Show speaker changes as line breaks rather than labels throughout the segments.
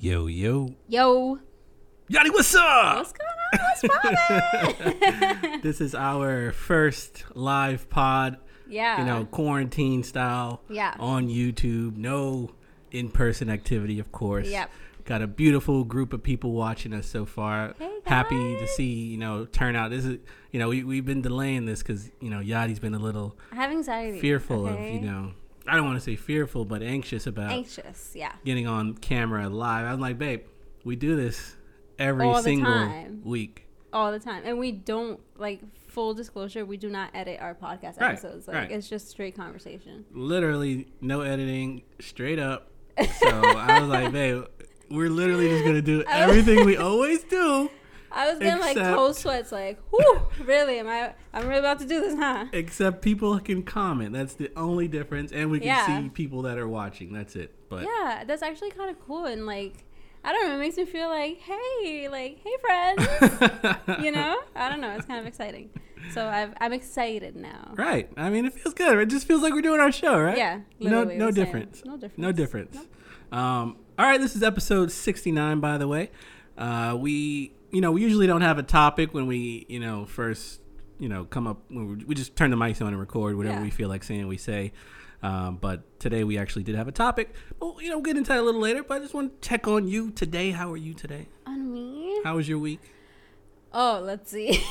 Yo, yo.
Yo,
Yanni, what's up?
what's going on? What's poppin'?
This is our first live pod,
yeah.
you know, quarantine style
Yeah.
on YouTube. No in person activity, of course.
Yep.
Got a beautiful group of people watching us so far.
Hey,
Happy to
guys.
see, you know, turnout. This is, you know, we, we've been delaying this because, you know, Yachty's been a little
I have anxiety.
fearful
okay?
of, you know, I don't want to say fearful, but anxious about
Anxious, yeah.
getting on camera live. I'm like, babe, we do this every
All the
single
time.
week.
All the time. And we don't, like, full disclosure, we do not edit our podcast
Right,
episodes. Like,
right.
it's just straight conversation.
Literally no editing, straight up. So I was like, babe, we're literally just gonna do everything we always do,
I was getting, like,
Except-
cold sweats, like, whew, really? Am I, I'm really about to do this, huh?
except people can comment. That's the only difference, and we can
Yeah.
see people that are watching. That's it. But
Yeah, that's actually kind of cool. And, like, I don't know, it makes me feel like, hey, like, hey, friends. you know? I don't know. It's kind of exciting. So I've, I'm excited now.
Right. I mean, it feels good. It just feels like we're doing our show, right?
Yeah,
No,
literally
no
the same.
difference.
No difference.
No difference. Um, all right. This is episode 69, by the way. Uh, we, you know, we usually don't have a topic when we, you know, first, you know, come up. When we, we just turn the mics on and record whatever
Yeah.
we feel like saying, we say. Um, but today we actually did have a topic. Well, you know, we'll get into that a little later. But I just want to check on you today. How are you today?
On me?
How was your week?
Oh, let's see.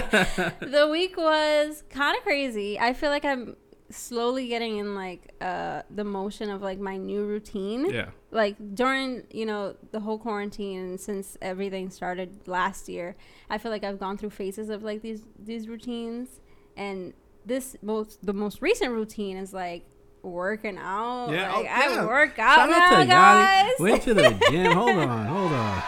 the week was kind of crazy. I feel like I'm slowly getting in like uh the motion of like my new routine.
Yeah.
Like during, you know, the whole quarantine and since everything started last year, I feel like I've gone through phases of like these these routines and this most the most recent routine is like working out.
Yeah,
Like,
oh, yeah.
I work out
Shout out
now,
to Yanni.
guys.
Went to the gym. Hold on, hold on.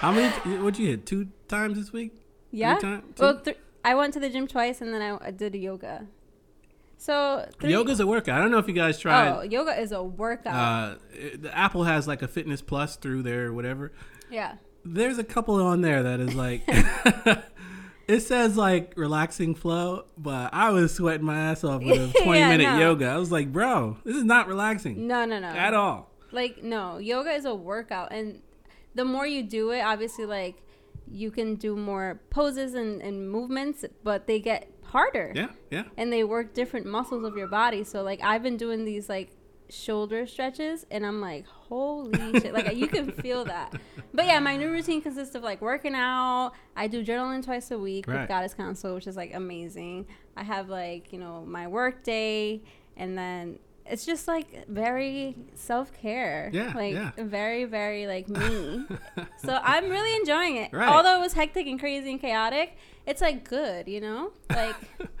How many? What you hit two times this week?
Yeah.
time-
well, th- I went to the gym twice and then I, I did yoga. So three,
Yoga's a workout. I don't know if you guys
Oh,
tried.
yoga is a workout.
Uh, it- the Apple has like a Fitness Plus through their whatever.
yeah.
There's a couple on there that is like. It says like relaxing flow, but I was sweating my ass off with a 20
Yeah,
minute
no.
yoga. I was like, bro, this is not relaxing
No, no, no.
at all.
Like no, yoga is a workout, and the more you do it, obviously, like you can do more poses and, and movements, but they get harder.
Yeah, yeah.
and they work different muscles of your body. So like I've been doing these like shoulder stretches and I'm like, holy shit. Like you can feel that. But yeah, my new routine consists of like working out. I do journaling twice a week
Right.
with Goddess Council, which is like amazing. I have like, you know, my work day and then it's just like very self care.
Yeah,
Like
yeah.
very, very like me. so I'm really enjoying it.
Right.
Although it was hectic and crazy and chaotic, it's like good, you know? Like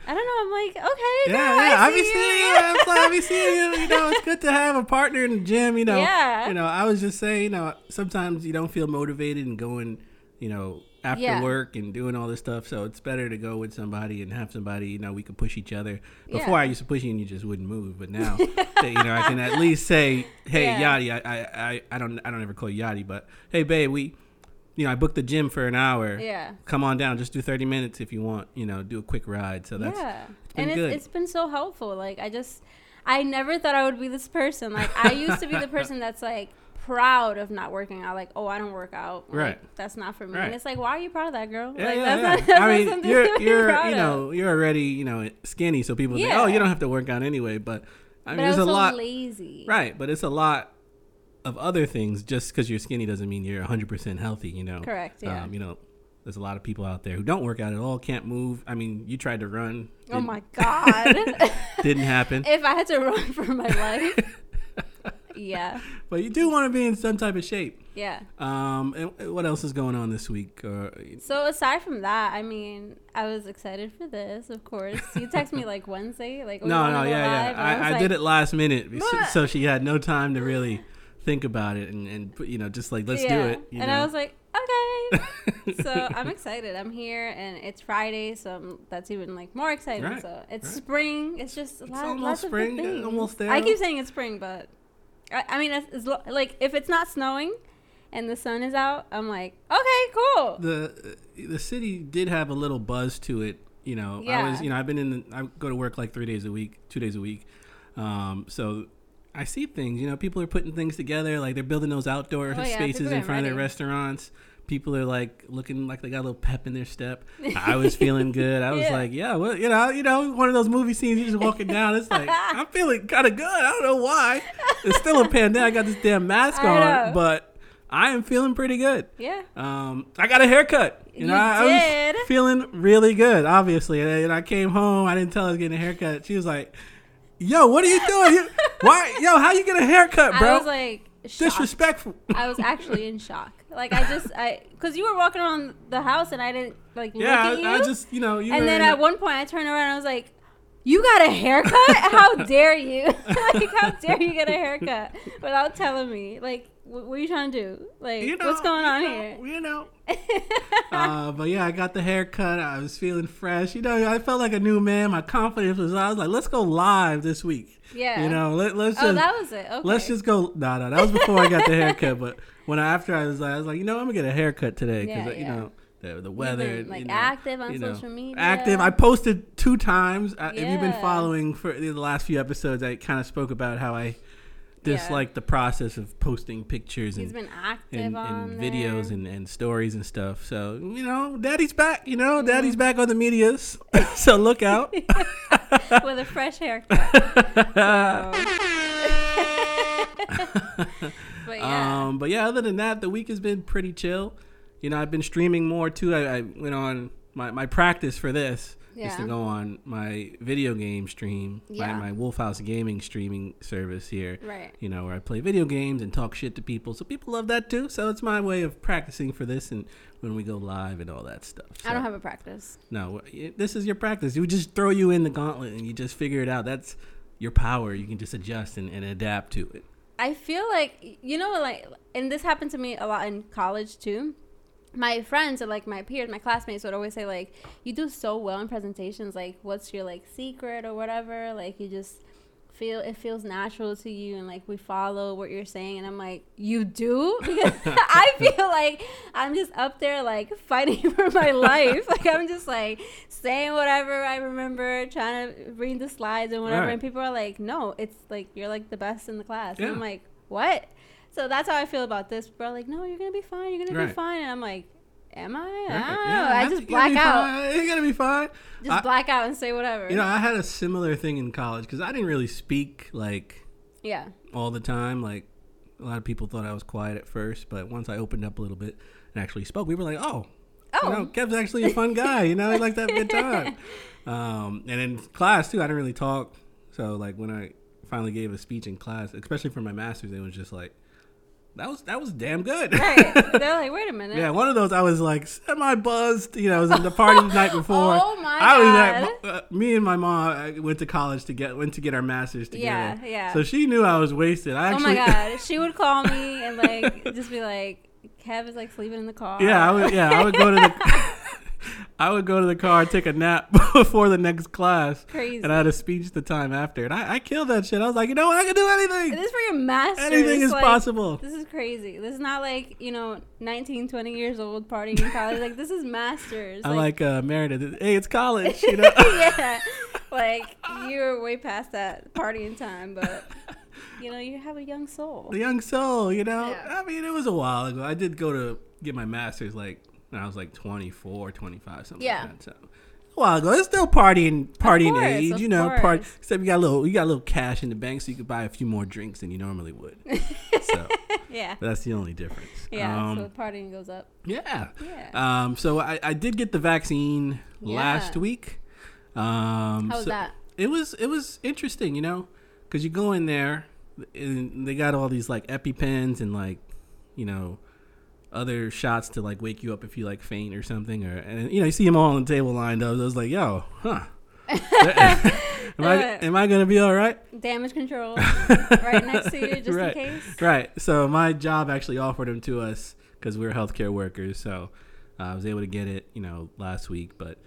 I don't know, I'm like, okay,
Yeah,
girl,
yeah,
I
I be
see
seeing
you.
you. I'm sorry, I be seeing you. You know, it's good to have a partner in the gym. You know,
Yeah.
you know. I was just saying, you know, sometimes you don't feel motivated and going, you know, after
Yeah.
work and doing all this stuff. So it's better to go with somebody and have somebody. You know, we could push each other.
Yeah.
Before I used to push you and you just wouldn't move, but now, that, you know, I can at least say, hey,
Yeah.
Yachty, I, I, I, I don't, I don't ever call you Yachty, but hey, babe, we. You know, I booked the gym for an hour.
Yeah.
Come on down. Just do 30 minutes if you want. You know, do a quick ride. So that's
yeah.
been
and
good.
it's, it's been so helpful. Like I just I never thought I would be this person. Like I used to be the person that's like proud of not working out. Like, oh I don't work out. Like,
Right.
That's not for me.
Right.
And it's like, why are you proud of that girl?
Yeah,
like
yeah,
that's
yeah.
not
I
that's not
mean,
something
you're
to be
you're
proud
you
of.
know you're already you know skinny, so people think, oh, you
Yeah.
don't have to work out anyway. But I mean,
but I
there's
was
a
so
lot,
lazy.
right? But it's a lot of other things. Just because you're skinny doesn't mean you're 100 percent healthy. You know,
Correct, yeah.
Um, you know, there's a lot of people out there who don't work out at all, can't move. I mean, you tried to run.
Oh
didn't-
my god.
Didn't happen.
if I had to run for my life. yeah.
but you do want to be in some type of shape.
Yeah.
Um, and what else is going on this week? Uh,
So aside from that, I mean, I was excited for this, of course. You text me like Wednesday, like oh, you
No,
wanna
no,
go
yeah,
live?
yeah.
And was
I, I
like,
did it last minute, be- so-
"What?"
so she had no time to really think about it and, and put- you know, just like let's do it. You
and
know?
I was like, okay. so I'm excited. I'm here, and it's Friday, so I'm, that's even like more exciting.
Right,
So it's
right.
spring. It's just a lot,
almost
lots
spring, uh,
of good things.
almost there.
I keep saying it's spring, but I, I mean, it's, it's lo- like if it's not snowing and the sun is out, I'm like, okay, cool.
the the city did have a little buzz to it. You know, I was
Yeah.
you know I've been in the, I go to work like three days a week, two days a week, um, so I see things. You know, people are putting things together. Like they're building those outdoor
Oh, yeah,
spaces
people
in
are
front of their
ready.
restaurants. People are like looking like they got a little pep in their step. I was feeling good. I was
Yeah.
like, yeah, well, you know, you know, one of those movie scenes. You're just walking down. It's like I'm feeling kind of good. I don't know why. It's still a pandemic. I got this damn mask
I
on,
know.
but I am feeling pretty good.
Yeah.
Um, I got a haircut. You, know,
You
I, I
did.
was feeling really good, obviously. And, then I came home. I didn't tell her I was getting a haircut. She was like, "Yo, what are you doing? You- why, yo, how you get a haircut, bro?
I was like shocked.
Disrespectful."
I was actually in shock. Like I just I because you were walking around the house and I didn't like
yeah,
look at you.
I, I just, you know, you
and
were
then
in
at
the-
one point I turned around and I was like, "You got a haircut? how dare you? like how dare you get a haircut without telling me? Like what, what are you trying to do? Like
you know,
what's going
you
on
know,
here?"
You know. uh, but yeah, I got the haircut. I was feeling fresh. You know, I felt like a new man. My confidence was. I was like, "Let's go live this week."
Yeah.
You know, let, let's
Oh,
just
that was it. Okay.
Let's just go. No, no, that was before I got the haircut. But when I after I was like, I was like, you know, I'm gonna get a haircut today because
Yeah,
you
yeah.
know the the weather.
been,
and,
like,
you know,
active on
you know,
social media.
Active. I posted two times. I, If you've been
Yeah.
following for the last few episodes, I kind of spoke about how I dislike the process of posting pictures and.
He's been active
And,
on
and videos
there.
and, and stories and stuff. So, you know, daddy's back, you know, daddy's back on the medias. so look out.
with a fresh haircut. So- but yeah.
Um, but yeah, other than that, the week has been pretty chill. You know, I've been streaming more too. I, I went on my, my practice for this is to
Yeah.
go on my video game stream,
Yeah.
my, my Wolf House gaming streaming service here.
Right.
You know, where I play video games and talk shit to people. So people love that too. So it's my way of practicing for this and when we go live and all that stuff.
I
So-
don't have a practice.
no, it- this is your practice. You just throw you in the gauntlet and you just figure it out. That's your power. You can just adjust and, and adapt to it.
I feel like you know, like, and this happened to me a lot in college too. My friends or like my peers, my classmates would always say like, "You do so well in presentations. Like, what's your like secret or whatever? Like, you just feel it feels natural to you, and like we follow what you're saying." And I'm like, "You do?" Because I feel like I'm just up there like fighting for my life. like I'm just like saying whatever I remember, trying to read the slides and whatever.
Right.
And people are like, "No, it's like you're like the best in the class." And I'm
Yeah.
like, "What?" So that's how I feel about this, bro. Like, no, you're gonna be fine. You're gonna be
Right.
fine. And I'm like, am I?
Right.
I don't
Yeah,
know. Oh, I
that's-
just
you're gonna
black
be
out.
fine. You're gonna be fine.
Just
I-
black out and say whatever.
You know, I had a similar thing in college because I didn't really speak like
yeah.
all the time. Like a lot of people thought I was quiet at first, but once I opened up a little bit and actually spoke, we were like, "Oh,
Oh.
you know, Kev's actually a fun guy. You know, he likes to have a good time." Um, and in class too, I didn't really talk. So like when I finally gave a speech in class, especially for my masters, it was just like, "That was that was damn good."
right. They're like, wait a minute.
Yeah, one of those I was like semi buzzed. You know, I was in the party the night before.
Oh, my
I was
God.
at, uh, me and my mom uh, went to college to get went to get our masters together.
Yeah, yeah.
So she knew I was wasted. I
oh
actually,
my god. She would call me and like just be like, Kev is like sleeping in the car.
yeah, I would, yeah, I would go to the. I would go to the car, take a nap before the next class,
Crazy.
and I had a speech the time after, and I, I killed that shit. I was like, you know what, I can do
This
anything.
is for your master.
Anything is possible.
This is crazy. This is not like, you know, 19, 20 years old partying in college. Like, this is masters.
I like uh, Meredith. Hey, it's college, you know.
yeah, like you're way past that partying time, but you know you have a young soul.
the young soul, you know.
Yeah.
I mean, it was a while ago. I did go to get my master's like when I was like 24, 25, something
Yeah.
like that. So a while ago. It's still partying partying
course,
age,
of
you know, part
course.
except you got a little you got a little cash in the bank so you could buy a few more drinks than you normally would. so
Yeah,
that's the only difference.
yeah.
Um,
so partying goes up.
yeah.
Yeah.
Um so I, I did get the vaccine
Yeah.
last week. Um
How was
so-
that?
it was it was interesting, you know, because you go in there and they got all these like EpiPens and like you know other shots to like wake you up if you like faint or something, or and you know you see them all on the table lined up. I was like, yo, huh. am I am I gonna be all right?
Damage control, right next to you, just in
right,
case.
right. So my job actually offered them to us because we were healthcare workers. So uh, I was able to get it, you know, last week. But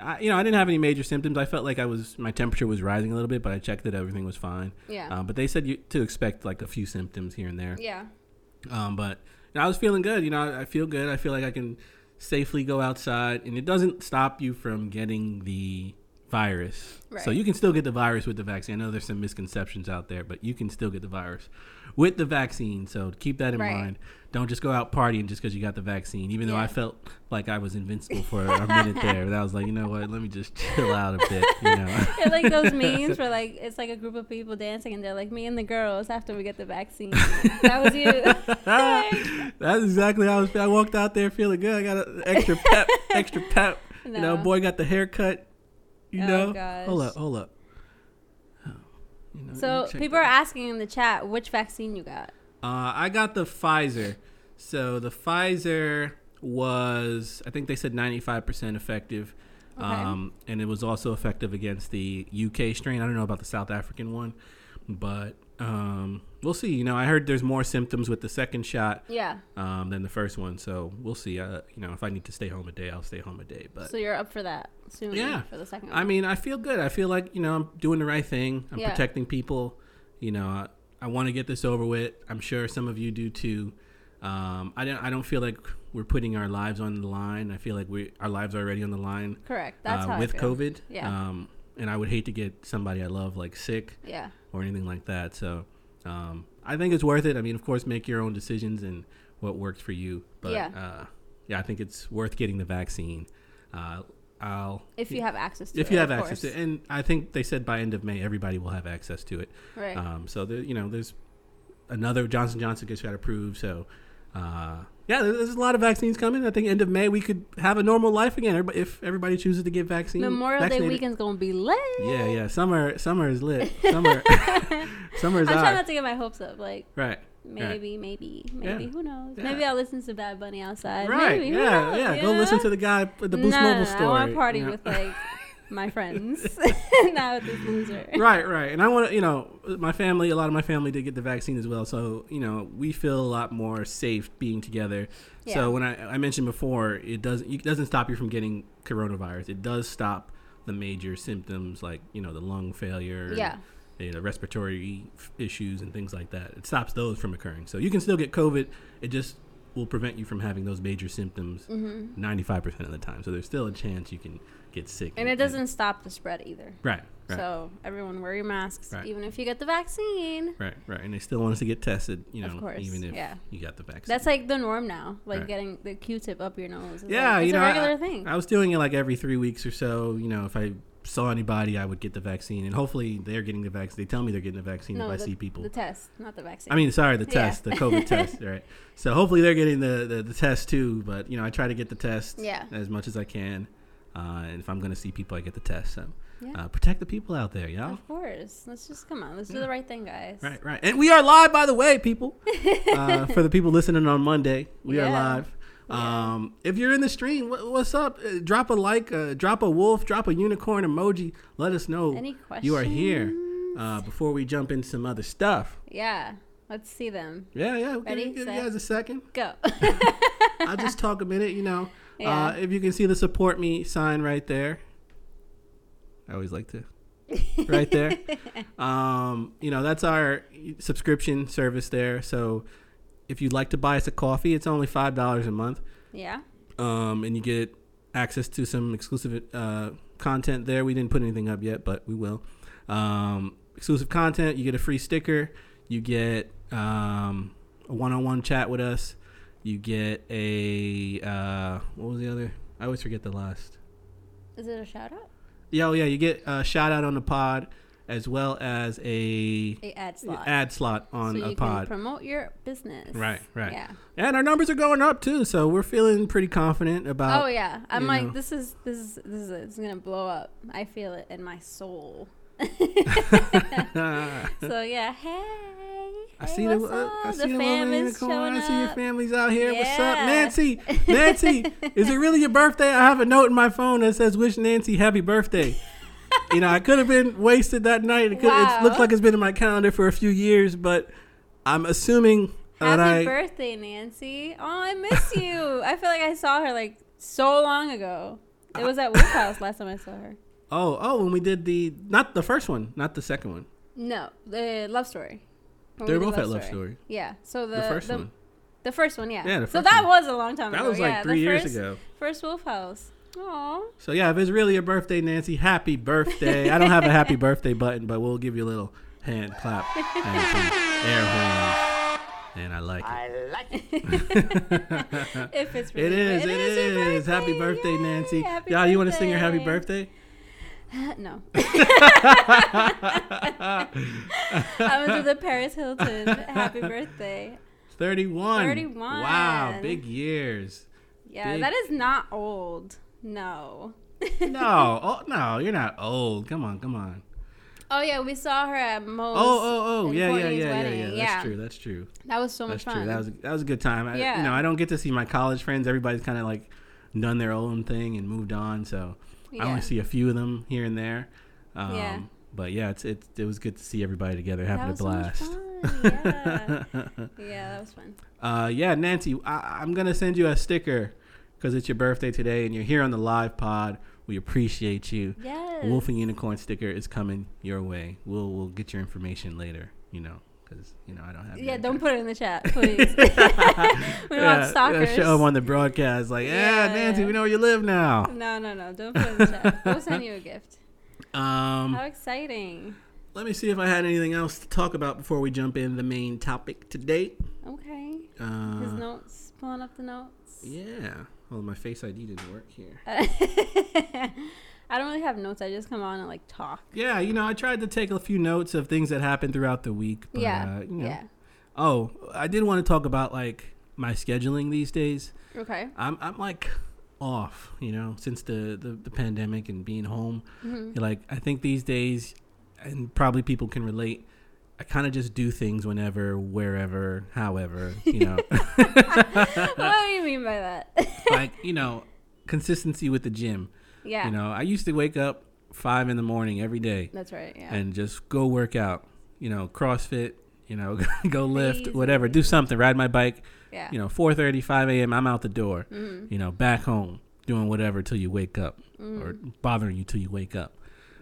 I, you know, I didn't have any major symptoms. I felt like I was my temperature was rising a little bit, but I checked that everything was fine.
Yeah,
Um, but they said you, to expect like a few symptoms here and there.
yeah,
Um, but you know, I was feeling good. You know, I, I feel good. I feel like I can safely go outside, and it doesn't stop you from getting the virus. So
Right.
you can still get the virus with the vaccine. I know there's some misconceptions out there, but you can still get the virus with the vaccine. So keep that in
Right.
mind. Don't just go out partying just because you got the vaccine. Even though I
Yeah.
felt like I was invincible for a minute there, but I was like, you know what? Let me just chill out a bit. You know.
They're like those memes where like it's like a group of people dancing and they're like me and the girls after we get the vaccine. that was you.
That's exactly how I was. I walked out there feeling good. I got an extra pep, extra pep. You know,
No.
boy got the haircut. You
Oh,
know,
gosh.
hold up, hold up. Oh, you know,
so
you check
people are
that.
asking in the chat which vaccine you got.
Uh, I got the Pfizer. So the Pfizer was, I think they said 95% effective.
Okay.
Um, and it was also effective against the UK strain. I don't know about the South African one, but um, we'll see. You know, I heard there's more symptoms with the second shot
Yeah.
um, than the first one. So we'll see. Uh, you know, if I need to stay home a day, I'll stay home a day. But
So you're up for that soon.
Uh, Yeah.
For the second one.
I mean, I feel good. I feel like you know I'm doing the right thing. I'm
Yeah.
protecting people. You know, I, I want to get this over with. I'm sure some of you do too. Um, I don't. I don't feel like we're putting our lives on the line. I feel like we our lives are already on the line
Correct. That's
uh,
how
with
I feel.
COVID.
Yeah.
Um, and I would hate to get somebody I love like sick
Yeah.
or anything like that. So um, I think it's worth it. I mean, of course, make your own decisions and what works for you. But
Yeah.
Uh, yeah, I think it's worth getting the vaccine. Uh, I'll
If you have access to it.
if you have
of
access to
course.
it, and I think they said by end of May everybody will have access to it.
Right.
Um, so there, you know, there's another Johnson Johnson gets got approved. So uh, yeah, there- there's a lot of vaccines coming. I think end of May we could have a normal life again everyb- if everybody chooses to get vaccine.
Memorial Day
vaccinated.
weekend's gonna be lit.
Yeah, yeah. Summer, summer is lit. Summer, summer
I'm
is
trying
hot.
not to get my hopes up. Like
Right.
maybe, maybe,
Yeah.
maybe. Who knows?
Yeah.
Maybe I'll listen to Bad Bunny outside.
Right.
Maybe. Who
yeah.
knows,
yeah.
you
Go
know?
listen to the guy at the Boost
no,
Mobile
no,
store.
I want to party
you know?
with like my friends, not with this loser.
right, right. And I want to, you know, my family. A lot of my family did get the vaccine as well, so you know, we feel a lot more safe being together.
Yeah.
So when I, I mentioned before, it doesn't it doesn't stop you from getting coronavirus. It does stop the major symptoms like you know the lung failure. and,
Yeah.
you know, respiratory f- issues and things like that. It stops those from occurring. So you can still get COVID. It just will prevent you from having those major symptoms
Mm-hmm.
95% of the time. So there's still a chance you can get sick.
And it doesn't stop the spread either.
Right, right.
So everyone wear your masks,
Right.
even if you get the vaccine.
Right, right. And they still want us to get tested, you
Of
know,
course,
even if
yeah.
you got the vaccine.
That's like the norm now, like
Right.
getting the Q-tip up your nose. It's
yeah,
like, it's
you know,
a
I-
regular
I,
thing.
I was doing it like every three weeks or so. You know, if I saw anybody, I would get the vaccine, and hopefully they're getting the vaccine. They tell me they're getting the vaccine
no,
if
the,
I see people.
the test, not the vaccine.
I mean, sorry, the
Yeah.
test, the COVID test, right? So hopefully they're getting the, the, the test too. But you know, I try to get the test
Yeah.
as much as I can, uh, and if I'm going to see people, I get the test. So
Yeah.
uh, protect the people out there, y'all.
of course. Let's just come on. Let's do the right thing, guys.
Right, right. And we are live, by the way, people. uh, for the people listening on Monday, we are
Yeah.
live. Um, if you're in the stream, wha- what's up? Uh, drop a like, uh, drop a wolf, drop a unicorn emoji. Let us know
Any
you are here uh, before we jump into some other stuff.
Yeah. Let's see them.
Yeah, yeah. We'll give-
Ready,
give, you
set.
guys a second.
Go.
I'll just talk a minute, you know. Uh,
Yeah.
if you can see the support me sign right there. I always like to. right there. Um, you know, that's our subscription service there. So if you'd like to buy us a coffee, it's only $5 a month.
yeah.
Um, and you get access to some exclusive uh, content there. We didn't put anything up yet, but we will. Um, exclusive content. You get a free sticker. You get um, a one-on-one chat with us. You get a uh, what was the other? I always forget the last.
Is it a shout out?
Yeah, oh yeah. You get a shout out on the pod, as well as a
A ad slot.
ad slot on
so
a
you
pod.
can promote your business.
Right, right.
Yeah.
and our numbers are going up too, so we're feeling pretty confident
oh
about.
yeah. I'm
Uh, you
like,
know.
this is this is this is it's gonna blow up. I feel it in my soul. so Oh, yeah, hey.
I
hey,
see the,
what's
uh, I
up?
see the,
fam
little
is
unicorn.
showing
I see your
up.
families out here. What's up,
Yeah.
Nancy? Nancy, is it really your birthday? I have a note in my phone that says "Wish Nancy happy birthday." you know, I could have been wasted that night. It, could, it looks
Wow.
like it's been in my calendar for a few years, but I'm assuming that
Happy
I
birthday, Nancy. Oh, I miss you. I feel like I saw her like so long ago. It was at Wolf House last time I saw her.
oh oh when we did the not the first one, not the second one.
No, the love story. When we
They're
did
both at Love Story.
Yeah. So the
The, first
the,
one
the first one, yeah.
Yeah, the
so
first
that
one.
was a long time
that
ago.
was like
yeah,
three
the
years
first,
ago.
First Wolf House. Aw.
So yeah, if it's really your birthday, Nancy, happy birthday. I don't have a happy birthday button, but we'll give you a little hand clap and some air horns. And I like it.
I like it.
If it's really
It is,
good.
it is. Happy birthday,
Yay.
Nancy.
Happy
Y'all, you want to sing her happy birthday?
no. I was with the Paris Hilton. Happy birthday.
31.
31.
Wow, big years.
Yeah,
Big-
that is not old. No.
No, oh, no, you're not old. Come on, come on.
Oh yeah, we saw her at Mo's.
Oh, oh, oh,
and
yeah, yeah,
Courtney's
yeah, yeah, yeah.
wedding.
That's true. That's true.
That was so
That's
much
true.
fun.
That was that was a good time. I, You
Yeah.
know, I don't get to see my college friends. Everybody's kind of like done their own thing and moved on. So I
Yeah.
only see a few of them here and there. Um,
Yeah.
But yeah, it's, it's it was good to see everybody together having
That
a blast.
was So much fun. Yeah. yeah, that was fun.
Uh, yeah, Nancy, I, I'm gonna send you a sticker because it's your birthday today, and you're here on the live pod. We appreciate you.
Yes.
Wolf and Unicorn sticker is coming your way. We'll we'll get your information later. You know, because you know I don't have. your
Yeah,
address.
don't put it in the chat, please. we don't want
yeah,
stalkers.
show them on the broadcast. Like, yeah,
Yeah,
Nancy,
yeah.
we know where you live now.
no, no, no. Don't put it in the chat. We'll send you a gift.
Um,
How exciting.
let me see if I had anything else to talk about before we jump in the main topic today.
Okay. His
Uh,
notes, pulling up the notes.
yeah. Well, my Face ID didn't work here.
Uh, I don't really have notes. I just come on and like talk.
Yeah, you know, I tried to take a few notes of things that happened throughout the week. But,
yeah.
Uh, you know.
Yeah.
Oh, I did want to talk about like my scheduling these days.
Okay.
I'm I'm like off, you know, since the the, the pandemic and being home.
Mhm.
Like I think these days, and probably people can relate. I kind of just do things whenever, wherever, however, you know.
what do you mean by that?
like you know, consistency with the gym.
yeah.
You know, I used to wake up five in the morning every day.
That's right. Yeah.
and just go work out. You know, CrossFit. You know, go lift,
Crazy.
whatever. Do something. Ride my bike.
yeah.
You know, 4:30, 5 a.m. I'm out the door.
Mhm.
You know, back home doing whatever till you wake up, or bothering you till you wake up.
mm-hmm.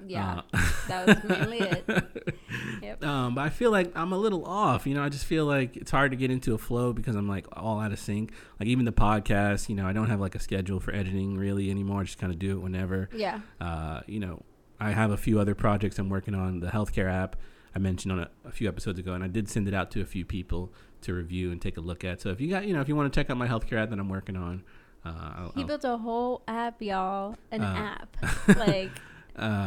Mm. Yeah.
Uh,
that was mainly it. Yep.
um, but I feel like I'm a little off. You know, I just feel like it's hard to get into a flow because I'm like all out of sync. Like even the podcast. You know, I don't have like a schedule for editing really anymore. I just kind of do it whenever.
Yeah.
Uh, you know, I have a few other projects I'm working on. The healthcare app I mentioned on a, a few episodes ago, and I did send it out to a few people to review and take a look at. So if you got, you know, if you want to check out my healthcare app that I'm working on, uh, I'll,
He built a whole app, y'all. An
Uh,
app. Like,
I'll-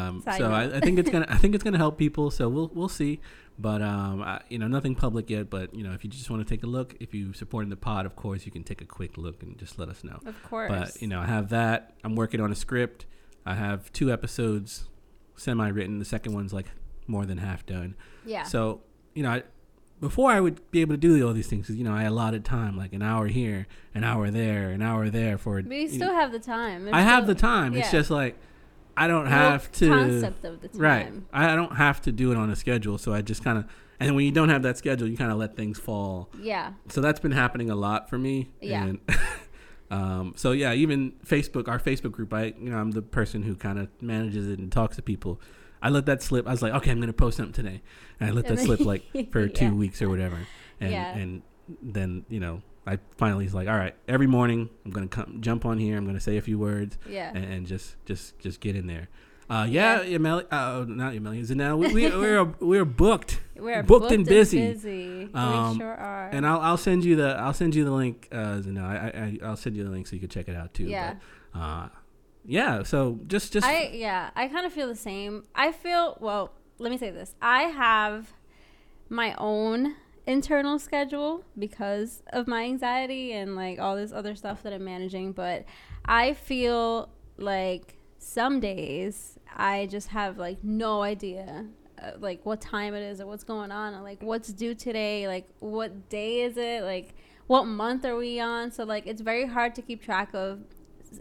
um,
Side
so
note.
I, I think it's gonna, I think it's gonna help people. So we'll we'll see. But um, I, you know, nothing public yet. But you know, if you just want to take a look, if you supporting the pod, of course, you can take a quick look and just let us know.
of course.
But you know, I have that. I'm working on a script. I have two episodes semi-written. The second one's like more than half done.
yeah.
So you know, I, before I would be able to do all these things, 'cause, you know, I allotted time like an hour here, an hour there, an hour there for.
but you
you
still
know,
have the time. It's
I have the
still-
time. It's
yeah.
just like I don't
The whole
have to.
Concept of the time.
Right. I I don't have to do it on a schedule, so I just kind of. And when you don't have that schedule, you kind of let things fall
Yeah.
so that's been happening a lot for me.
Yeah.
And, um, so yeah, even Facebook, our Facebook group, I you know I'm the person who kind of manages it and talks to people. I let that slip. I was like, okay, I'm gonna post something today, and I let that slip like for two
Yeah.
weeks or whatever, and
Yeah.
and then you know I finally was like, all right, every morning I'm gonna come jump on here. I'm gonna say a few words
Yeah.
and, and just just just get in there. Uh, yeah, Emily, uh, not Emily, Zanel, we, we, we're, we're booked.
We're
Eh, booked and busy.
busy.
Um,
we sure are.
And I'll, I'll send you the I'll send you the link. Uh, no, I, I I'll send you the link so you can check it out too.
Yeah.
But, uh, yeah. So just just
I yeah, I kind of feel the same. I feel well. Let me say this: I have my own internal schedule because of my anxiety and like all this other stuff that I'm managing. But I feel like some days I just have like no idea. uh, Like what time it is, or what's going on, or like what's due today, like what day is it, like what month are we on? So like it's very hard to keep track of,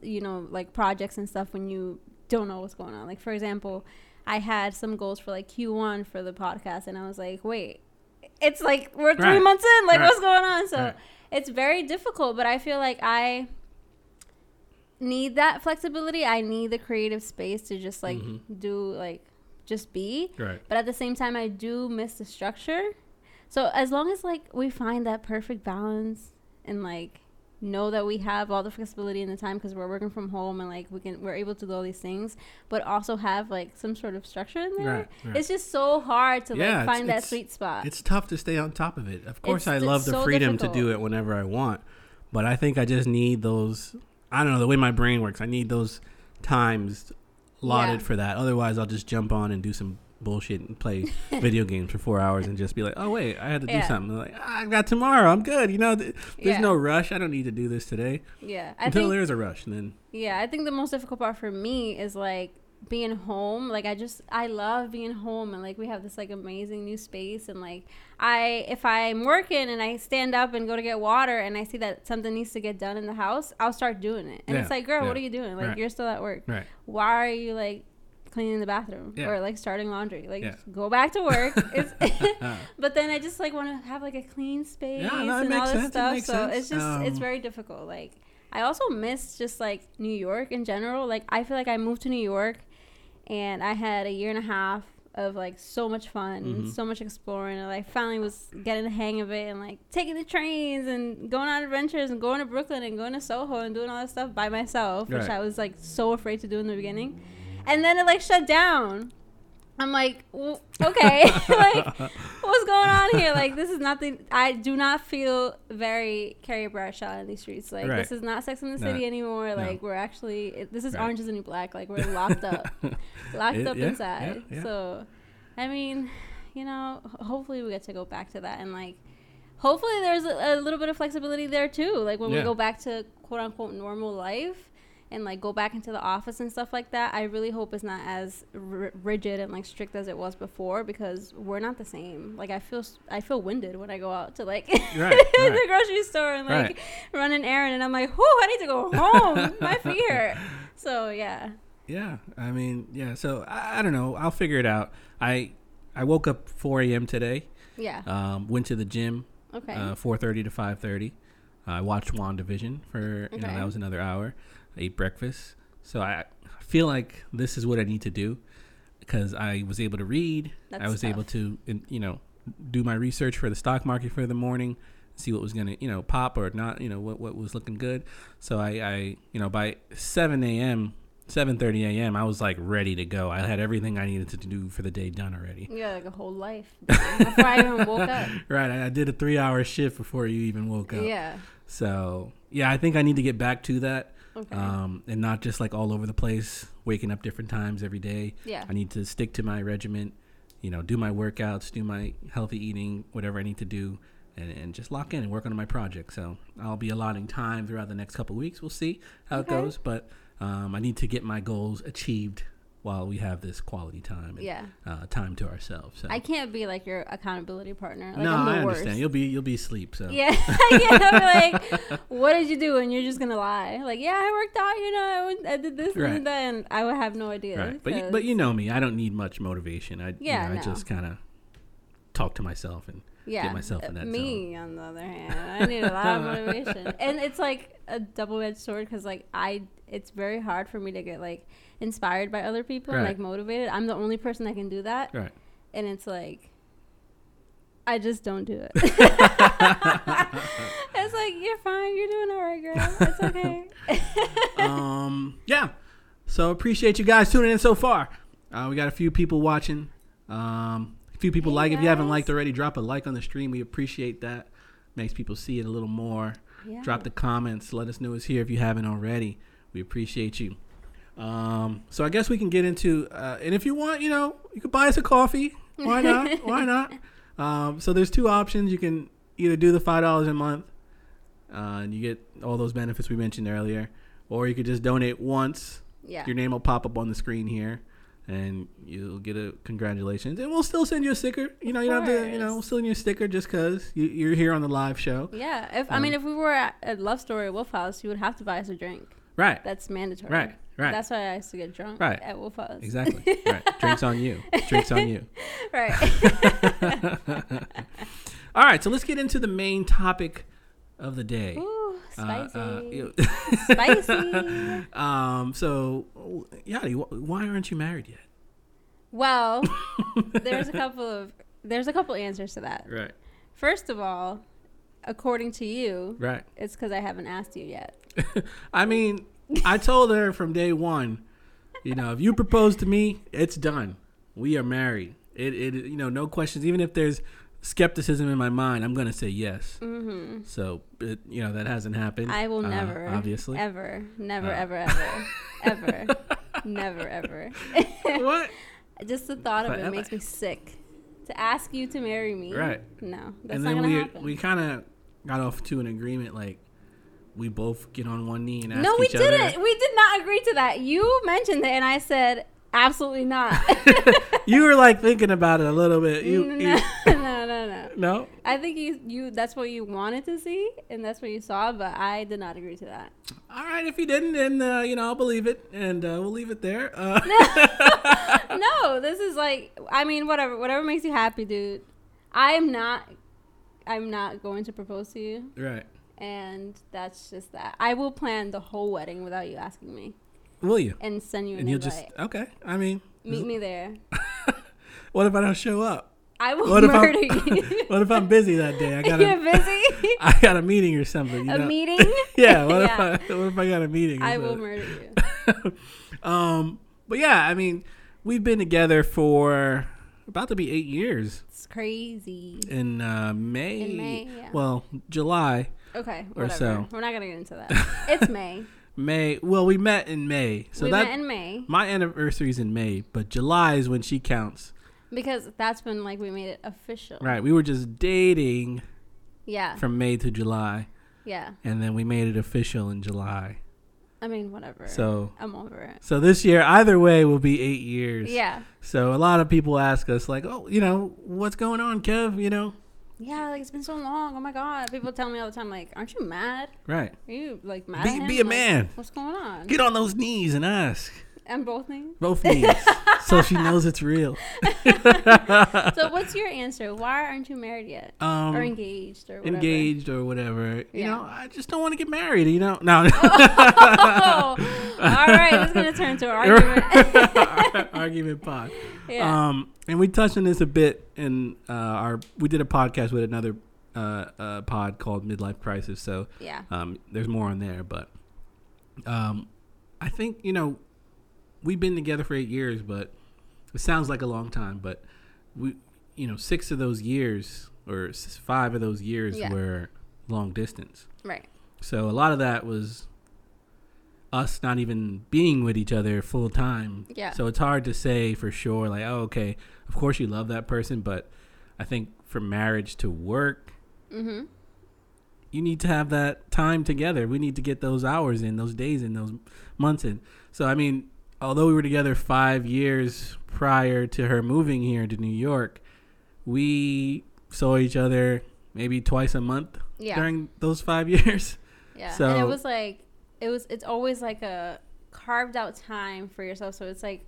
you know, like projects and stuff when you don't know what's going on. Like for example, I had some goals for like Q1 for the podcast, and I was like, wait, it's like we're three
Right.
months in, like
Right.
what's going on? So
Right.
it's very difficult, but I feel like I need that flexibility. I need the creative space to just like
Mm-hmm.
do like just be.
right.
But at the same time, I do miss the structure. So as long as like we find that perfect balance and like know that we have all the flexibility in the time because we're working from home and like we can we're able to do all these things but also have like some sort of structure in there
Right, right.
it's just so hard to
Yeah,
like
it's-
find that
it's-
sweet spot
It's tough to stay on top of it. Of course,
It's-
I
it's
love the
so
freedom to do
difficult.
it whenever I want, but I think I just need those. I don't know the way my brain works. I need those times lauded
Yeah.
for that. Otherwise, I'll just jump on and do some bullshit and play video games for four hours and just be like, "Oh wait, I had to do
Yeah.
something." Like I got tomorrow. I'm good. You know, th- there's
Yeah.
no rush. I don't need to do this today.
yeah i
Until
think
there is a rush, and then
Yeah, I think the most difficult part for me is like being home. Like I just I love being home and like we have this like amazing new space and like I if I'm working and I stand up and go to get water and I see that something needs to get done in the house, I'll start doing it. And it's
Yeah,
like, girl, what
yeah,
are you doing? Like
right.
you're still at work.
right.
Why are you like cleaning the bathroom
Yeah.
or like starting laundry? Like
Yeah.
go back to work. it's
Uh.
but then I just like want to have like a clean space
Yeah, no, it
and
makes
all this
sense, it
stuff.
makes
So
sense.
it's just it's
Um,
very difficult. Like I also miss just like New York in general. Like I feel like I moved to New York and I had a year and a half of like so much fun,
Mhm.
so much exploring, and like finally was getting the hang of it and like taking the trains and going on adventures and going to Brooklyn and going to Soho and doing all this stuff by myself, which
Right.
I was like so afraid to do in the beginning. And then it like shut down. I'm like, w- okay, like what's going on here? Like this is nothing. I do not feel very Carrie Bradshaw in these streets. Like
Right.
this is not Sex in the
No.
City anymore. Like we're actually it, this is
Right.
Orange is the New Black. Like we're locked up, locked
It-
up
yeah,
inside.
yeah, yeah.
So, I mean, you know, ho- hopefully we get to go back to that and like. Hopefully, there's a, a little bit of flexibility there too. Like when
Yeah.
we go back to quote unquote normal life and like go back into the office and stuff like that, I really hope it's not as r- rigid and like strict as it was before because we're not the same. Like I feel s- I feel winded when I go out to like the
right.
grocery store and like
Right.
run an errand and I'm like, whoo, I need to go home. My feet hurt. So yeah,
Yeah, I mean, yeah. So I, I don't know. I'll figure it out. I I woke up 4 a.m. today.
yeah,
Um, went to the gym,
okay,
uh, 4:30 to 5:30. I watched Wandavision for you know
Okay.
that was another hour. I ate breakfast. So I feel like this is what I need to do because I was able to read. I
That's
was able to in- you know do my research for the stock market for the morning. See what was gonna, you know, pop or not, you know, what what was looking good. So I, I you know, by seven a.m., seven thirty a.m., I was like ready to go. I had everything I needed to do for the day done already.
you got like a whole life before I even woke up.
Right, I I did a three-hour shift before you even woke up.
Yeah,
So yeah, I think I need to get back to that,
okay,
um, and not just like all over the place, waking up different times every day.
yeah,
I need to stick to my regiment, you know, do my workouts, do my healthy eating, whatever I need to do, and, and just lock in and work on my project. So I'll be allotting time throughout the next couple weeks. We'll see how
Okay.
it goes, but um, I need to get my goals achieved while we have this quality time and
yeah.
uh, time to ourselves. So.
I can't be like your accountability partner. Like
no,
I'm the
I
worst.
understand. You'll be you'll be asleep. So
Yeah, yeah. I'm like, what did you do? And you're just gonna lie. Like, yeah, I worked out. You know, I, went, I did this
Right.
and that, and I would have no idea.
Right. But you,
'cause-
but you know me, I don't need much motivation. I
Yeah,
you know,
no.
I just kind of talk to myself and
yeah,
myself in
uh,
that
Me, on the other hand, I need a lot of motivation, and it's like a double-edged sword because like I, it's very hard for me to get like inspired by other people and
Right.
like motivated. I'm the only person that can do that,
right.
and it's like. I just don't do it. it's like you're fine, you're doing all right, girl. It's okay.
um yeah. So appreciate you guys tuning in so far. Uh, we got a few people watching. Um a few people
Hey,
like if you haven't
guys.
liked already, drop a like on the stream. We appreciate that. Makes people see it a little more.
Yeah.
Drop the comments. Let us know it's here if you haven't already. We appreciate you. Um, so I guess we can get into, uh, and if you want, you know, you could buy us a coffee. Why not? Why not? Um, so there's two options. You can either do the five dollars a month, uh, and you get all those benefits we mentioned earlier, or you could just donate once.
Yeah.
Your name will pop up on the screen here, and you'll get a congratulations. And we'll still send you a sticker. You know, you don't have to. You know,
course.
we'll still send you a sticker just because you, you're here on the live show.
Yeah, if I
Um,
mean, if we were at, at Love Story Wolf House, you would have to buy us a drink.
Right.
That's mandatory.
Right. Right.
That's why I used to get drunk
Right.
at Wolf House.
Exactly. right. Drinks on you. Drinks on you.
Right.
All right. So let's get into the main topic of the day.
Ooh,
Uh,
spicy.
uh, ew.
spicy.
um. So, Yadi, wh- why aren't you married yet?
Well, there's a couple of there's a couple answers to that.
Right.
First of all, according to you,
Right.
it's because I haven't asked you yet.
I mean, I told her from day one, you know, if you propose to me, it's done. We are married. It, it you know, no questions. Even if there's skepticism in my mind, I'm gonna say yes.
Mm-hmm.
So, it, you know, that hasn't happened.
I will
uh,
never,
obviously.
ever, never,
Uh.
ever, ever, ever, never, ever.
what?
Just the thought of
Forever.
it makes me sick. To ask you to marry me,
Right.
No, that's
And
not
then
gonna
we
happen.
we kind of got off to an agreement, like we both get on one knee and ask
no, we
each other.
didn't. We did not agree to that. You mentioned it, and I said absolutely not.
you were like thinking about it a little bit. You,
no,
you-
no, no, no.
no.
I think you, you that's what you wanted to see and that's what you saw, but I did not agree to that.
All right, if you didn't, then uh, you know I'll believe it, and uh, we'll leave it there. Uh,
no, this is like I mean, whatever, whatever makes you happy, dude. I am not I'm not going to propose to you
right?
and that's just that. I will plan the whole wedding without you asking me
Will you?
and send you an
And you'll just
invite.
okay. I mean,
Meet me there.
what if I don't show up?
I will
What if I'm
murder you.
what if I'm busy that day? I got
You're
a
busy?
I got a meeting or something. You
A
know?
meeting?
yeah. What
Yeah.
if I what if I got a meeting? or
I will
something?
murder you.
um, but yeah, I mean, we've been together for about to be eight years
It's crazy.
in uh, May.
In May, yeah.
Well, July,
Okay,
Or
whatever.
so.
We're not gonna get into that. It's May.
May. Well, we met in May, so
we
that
met in May
my anniversary's in May, but July is when she counts.
because that's when like we made it official.
Right. We were just dating
Yeah.
from May to July,
Yeah.
and then we made it official in July.
I mean, whatever.
So.
I'm over it.
So this year, either way, will be eight years.
Yeah.
So a lot of people ask us, like, "Oh, you know, what's going on, Kev? You know,
Yeah, like it's been so long. Oh my god. People tell me all the time like, "Aren't you mad?
right?
Are you like mad
Be-
at him?
be a
Like,
man.
What's going on?"
Get on those knees and ask."
And both things.
both knees so she knows it's real
So what's your answer? Why aren't you married yet?
um
or engaged or whatever.
engaged or whatever you
Yeah.
know i just don't want to get married you know no
Oh. all right, it's going to turn to an argument.
argument pod
yeah.
um and we touched on this a bit in uh our we did a podcast with another uh, uh pod called midlife crisis so
yeah.
um there's more on there but um i think you know we've been together for eight years but it sounds like a long time but we you know six of those years or s- five of those years
Yeah.
were long distance
Right.
so a lot of that was us not even being with each other full time
Yeah.
so it's hard to say for sure like oh okay of course you love that person but i think from marriage to work
mhm.
you need to have that time together. We need to get those hours in, those days in, those months in. So I mean, although we were together five years prior to her moving here to New York, we saw each other maybe twice a month
Yeah.
during those five years.
Yeah. and it
So-
was like it was it's always like a carved out time for yourself. So it's like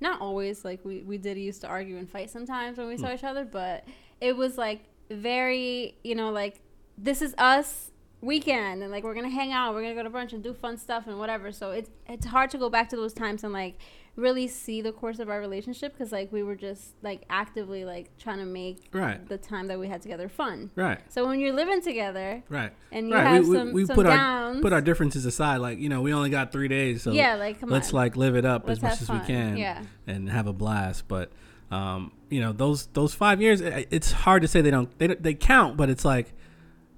not always like we, we did used to argue and fight sometimes when we
Hmm.
saw each other, but it was like very, you know, like this is us weekend and like we're gonna hang out, we're gonna go to brunch and do fun stuff and whatever. So it's it's hard to go back to those times and like really see the course of our relationship because like we were just like actively like trying to make
Right.
the time that we had together fun.
Right.
So when you're living together
Right.
and you
Right.
have
We, we,
some,
we
some
put
downs,
our put our differences aside. Like you know, we only got three days, so
yeah, like come
let's
on.
like live it up
Let's
as much
have
as
fun.
we can
Yeah.
and have a blast but um you know those those five years i- i- it's hard to say they don't they, don't- they count but it's like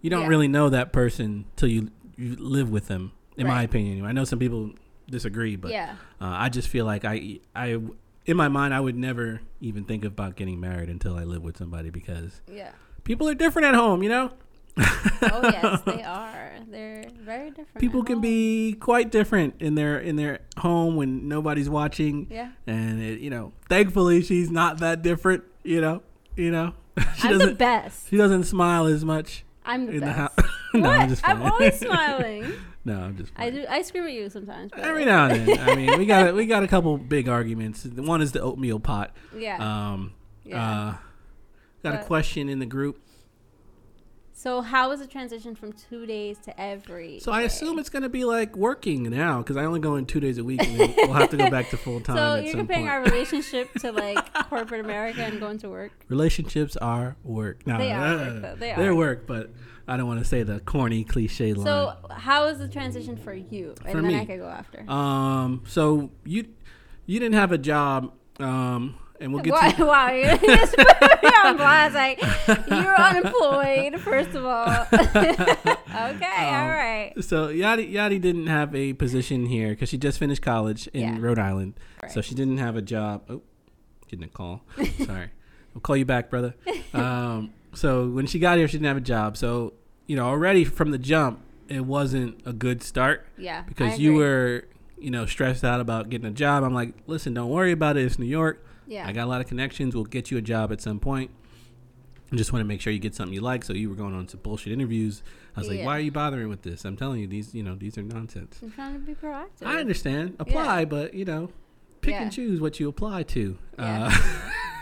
you don't
Yeah.
really know that person till you you live with them in my
Right.
opinion i know some people disagree but
yeah,
uh, i just feel like i i in my mind i would never even think about getting married until i live with somebody because
yeah.
people are different at home you know
Oh yes, they are. They're very different.
people
at
can
all.
be quite different in their in their home when nobody's watching
Yeah,
and it, you know, thankfully she's not that different. You know, you know, she
I'm the
doesn't
best.
she doesn't smile as much
I'm the
in the house.
best.
no,
what?
I'm just playing.
always smiling.
no, I'm just.
I
playing.
do. I scream at you sometimes. But
Every now and then, I mean, we got a, we got a couple big arguments. The One is the oatmeal pot.
Yeah.
Um,
yeah.
uh, got a
But-
question in the group.
So how is the transition from two days to every?
So I
day?
assume it's going to be like working now because I only go in two days a week. and then We'll have to go back to full time.
So
at
you're
some
comparing
point.
our relationship to like corporate America and going to work.
relationships are work. No,
They are
uh,
work, though. They
they're
are.
work, but I don't want to say the corny cliche line.
So how is the transition for you? And
For
then
me.
I could go after.
um, so you you didn't have a job, um, and we'll get
Why,
to
wow, you just put me on blast. Like you're unemployed, first of all. okay,
Um,
all right.
So Yadi Yadi didn't have a position here because she just finished college in
Yeah.
Rhode Island. So
Right.
she didn't have a job. Oh, getting a call. Sorry, I'll call you back, brother. Um, so when she got here, she didn't have a job. So you know already from the jump, it wasn't a good start
Yeah, I
because you
agree.
were you know stressed out about getting a job. I'm like, listen, don't worry about it. It's New York.
Yeah.
I got a lot of connections. We'll get you a job at some point. I just want to make sure you get something you like. So you were going on some bullshit interviews. I was like,
Yeah.
why are you bothering with this? I'm telling you, these you know these are nonsense.
I'm trying to be proactive.
I understand. Apply, but you know, pick
Yeah.
and choose what you apply to.
Yeah.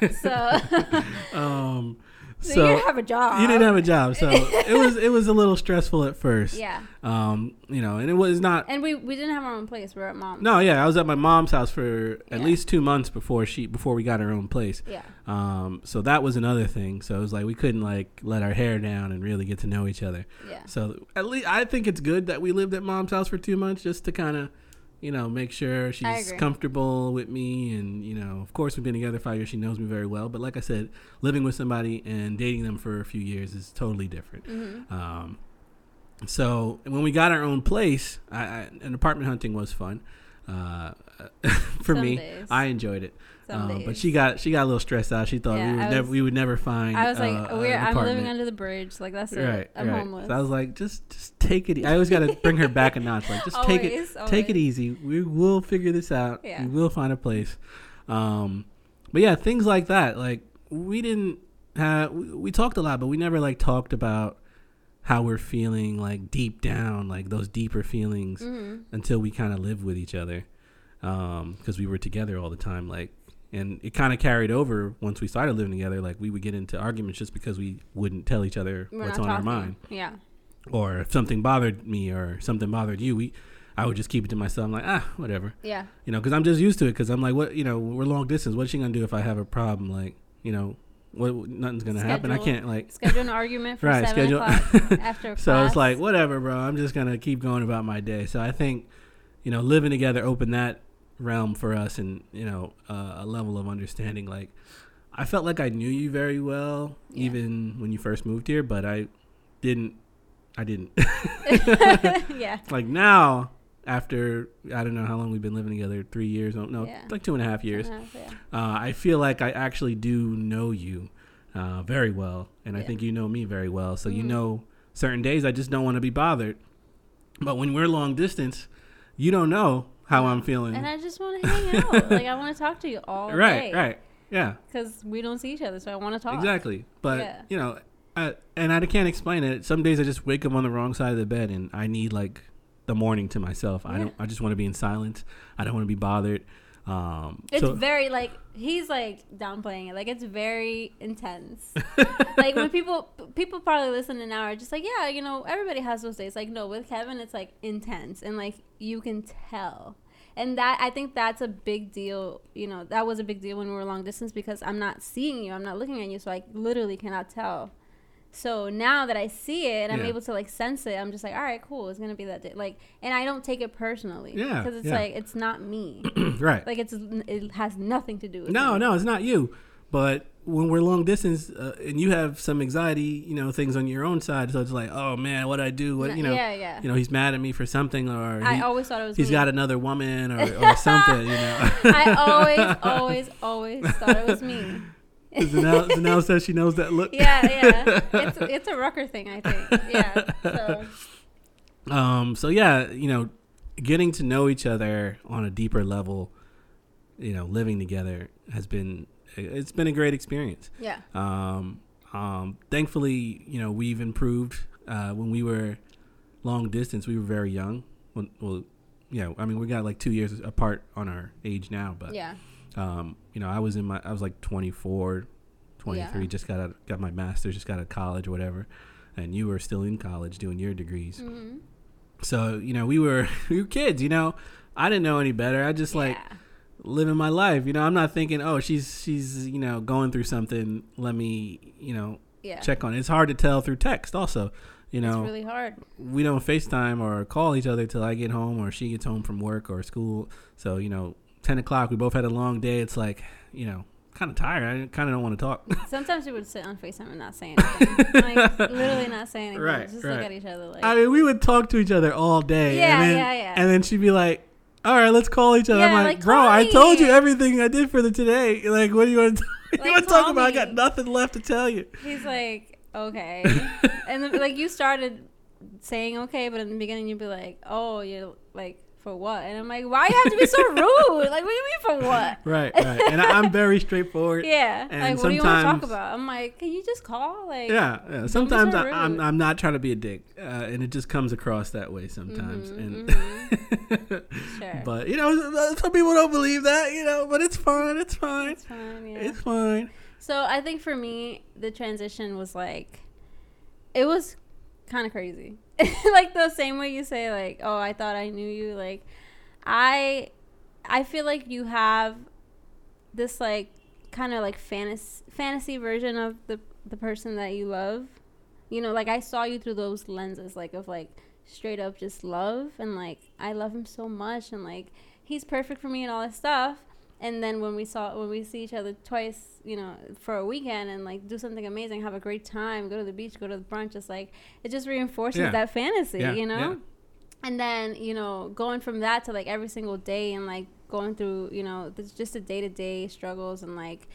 so,
Uh, um,
so,
so
you didn't have a job.
you didn't have a job, so it was it was a little stressful at first.
yeah,
Um, you know, and it was not.
and we we didn't have our own place. We were at mom's.
No, yeah, I was at my mom's house for at
Yeah.
least two months before she before we got our own place.
Yeah.
Um, so that was another thing. So it was like we couldn't like let our hair down and really get to know each other.
Yeah.
So at least I think it's good that we lived at mom's house for two months just to kind of, you know, make sure she's
agree.
comfortable with me. And, you know, of course, we've been together five years. She knows me very well. But like I said, living with somebody and dating them for a few years is totally different.
Mm-hmm.
Um, so when we got our own place, I, I, and apartment hunting was fun. Uh, for
Some
me,
days.
I enjoyed it,
Some
um, but
days.
she got she got a little stressed out. She thought
Yeah,
we would
I
never
was-
we would never find.
I was like,
uh,
we're,
an
I'm living
apartment.
under the bridge. Like that's
Right,
it. I'm
right.
homeless.
So I was like, just just take it. e-" I always got to bring her back a notch. Like, just take it,
Always,
take it
always.
easy. We will figure this out.
Yeah.
We will find a place. Um, but yeah, things like that. Like we didn't have. We, we talked a lot, but we never like talked about how we're feeling like deep down, like those deeper feelings,
Mm. Mm-hmm.
until we kind of lived with each other, because we were together all the time. Like. And it kind of carried over once we started living together. Like we would get into arguments just because we wouldn't tell each other
We're
what's on
not
our
talking.
mind
Yeah.
or if something bothered me or something bothered you, we, I would just keep it to myself. I'm like, ah, whatever,
Yeah.
you know, because I'm just used to it. Because I'm like, what, you know, we're long distance. What's she gonna do if I have a problem? Like, you know, what, nothing's gonna happen. I
Schedule.
can't like.
Schedule an argument for
Right,
seven
schedule-
o'clock after
So
class.
it's like, whatever, bro. I'm just gonna keep going about my day. So I think, you know, living together opened that realm for us, and you know, uh, a level of understanding. Like, I felt like I knew you very well,
Yeah.
even when you first moved here, but I didn't. I didn't.
yeah.
like now after i don't know how long we've been living together three years no, no
Yeah.
like two and a half years
Uh, yeah.
uh, i feel like i actually do know you uh, very well and i
Yeah. Mm-hmm.
think you know me very well so you know certain days i just don't want to be bothered but when we're long distance you don't know how i'm feeling
And I just want to hang out. like I want to talk to you all
right
day.
right yeah
Because we don't see each other, so I want to talk.
exactly but
Yeah.
you know I, and i can't explain it some days i just wake up on the wrong side of the bed and i need like the morning to myself i
Yeah.
don't i just want to be in silence i don't want to be bothered um
It's
so-
very like he's like downplaying it. Like it's very intense. like when people people probably listening now are just like, yeah, you know, everybody has those days. Like no, with Kevin, it's like intense and like you can tell. And that I think that's a big deal. You know, that was a big deal when we were long distance because I'm not seeing you, I'm not looking at you, so I literally cannot tell. So now that I see it, I'm
Yeah.
able to like sense it. I'm just like, all right, cool. It's gonna be that day. Like, and I don't take it personally.
Yeah,
Because it's
yeah.
like it's not me.
right
Like it's it has nothing to do with
no
me.
no it's not you but when we're long distance uh, and you have some anxiety you know things on your own side so it's like oh man what i do what you know
Yeah, yeah.
you know he's mad at me for something or
I
he,
always thought it was.
has
me.
got another woman or, or something you know
I always, always, always thought it was me.
Zanelle, Zanelle says she knows that look
Yeah, yeah. It's it's a Rucker thing, I think. Yeah. So
Um, so yeah, you know, getting to know each other on a deeper level, you know, living together has been it's been a great experience.
yeah,
Um, um, thankfully, you know, we've improved. Uh, when we were long distance, we were very young. When, well, yeah, I mean, we got like two years apart on our age now, but
yeah,
um, you know, I was in my, I was like 24, 23,
Yeah.
just got out, got my master's, just got out of college or whatever. and you were still in college doing your degrees.
Mm-hmm.
So you know we were we were kids. You know, I didn't know any better. I just like
yeah.
living my life. You know, I'm not thinking, oh, she's she's you know going through something. Let me you know
yeah.
check on. it. It's hard to tell through text. Also, you know,
it's really hard.
we don't FaceTime or call each other till I get home or she gets home from work or school. So, you know, 10 o'clock, we both had a long day. It's like, you know, kind of tired. I kind of don't want to talk.
Sometimes we would sit on Facetime and not say anything, like literally not say anything,
Right,
just
right.
look at each other like.
I mean, we would talk to each other all day.
Yeah,
and then,
yeah, yeah.
And then she'd be like, all right, let's call each other. I'm
Yeah,
like,
like,
bro,
call
I
me."
told you everything I did for the today. Like, what do you want to,
Like,
you want to talk
call
about? I
me.
got nothing left to tell you.
He's like, okay, and then, like you started saying okay, but in the beginning you'd be like, oh, you're like for what? And I'm like, why you have to be so rude? Like, what do you mean for what?
Right, right. And I, I'm very straightforward.
Yeah,
And
like what do you want to talk
sometimes-
about? I'm like, can you just call? Like,
yeah, yeah. Sometimes
so
I, I'm
rude.
I'm not trying to be a dick, uh, and it just comes across that way sometimes.
Mhm,
and
mm-hmm. sure,
but you know, some people don't believe that, you know. But it's fine. It's fine.
it's fine. Yeah.
It's fine.
So I think for me, the transition was like, it was kind of crazy. like the same way you say, like, oh, I thought I knew you. Like, I, I feel like you have this like kind of like fantasy fantasy version of the the person that you love. You know, like I saw you through those lenses, like of like straight up just love and like I love him so much and like he's perfect for me and all this stuff. And then when we saw when we see each other twice, you know, for a weekend and like do something amazing, have a great time, go to the beach, go to the brunch, just like it just reinforces
Yeah.
that fantasy,
Yeah,
you know?
yeah.
And then, you know, going from that to like every single day and like going through, you know, th- just the day to day struggles and like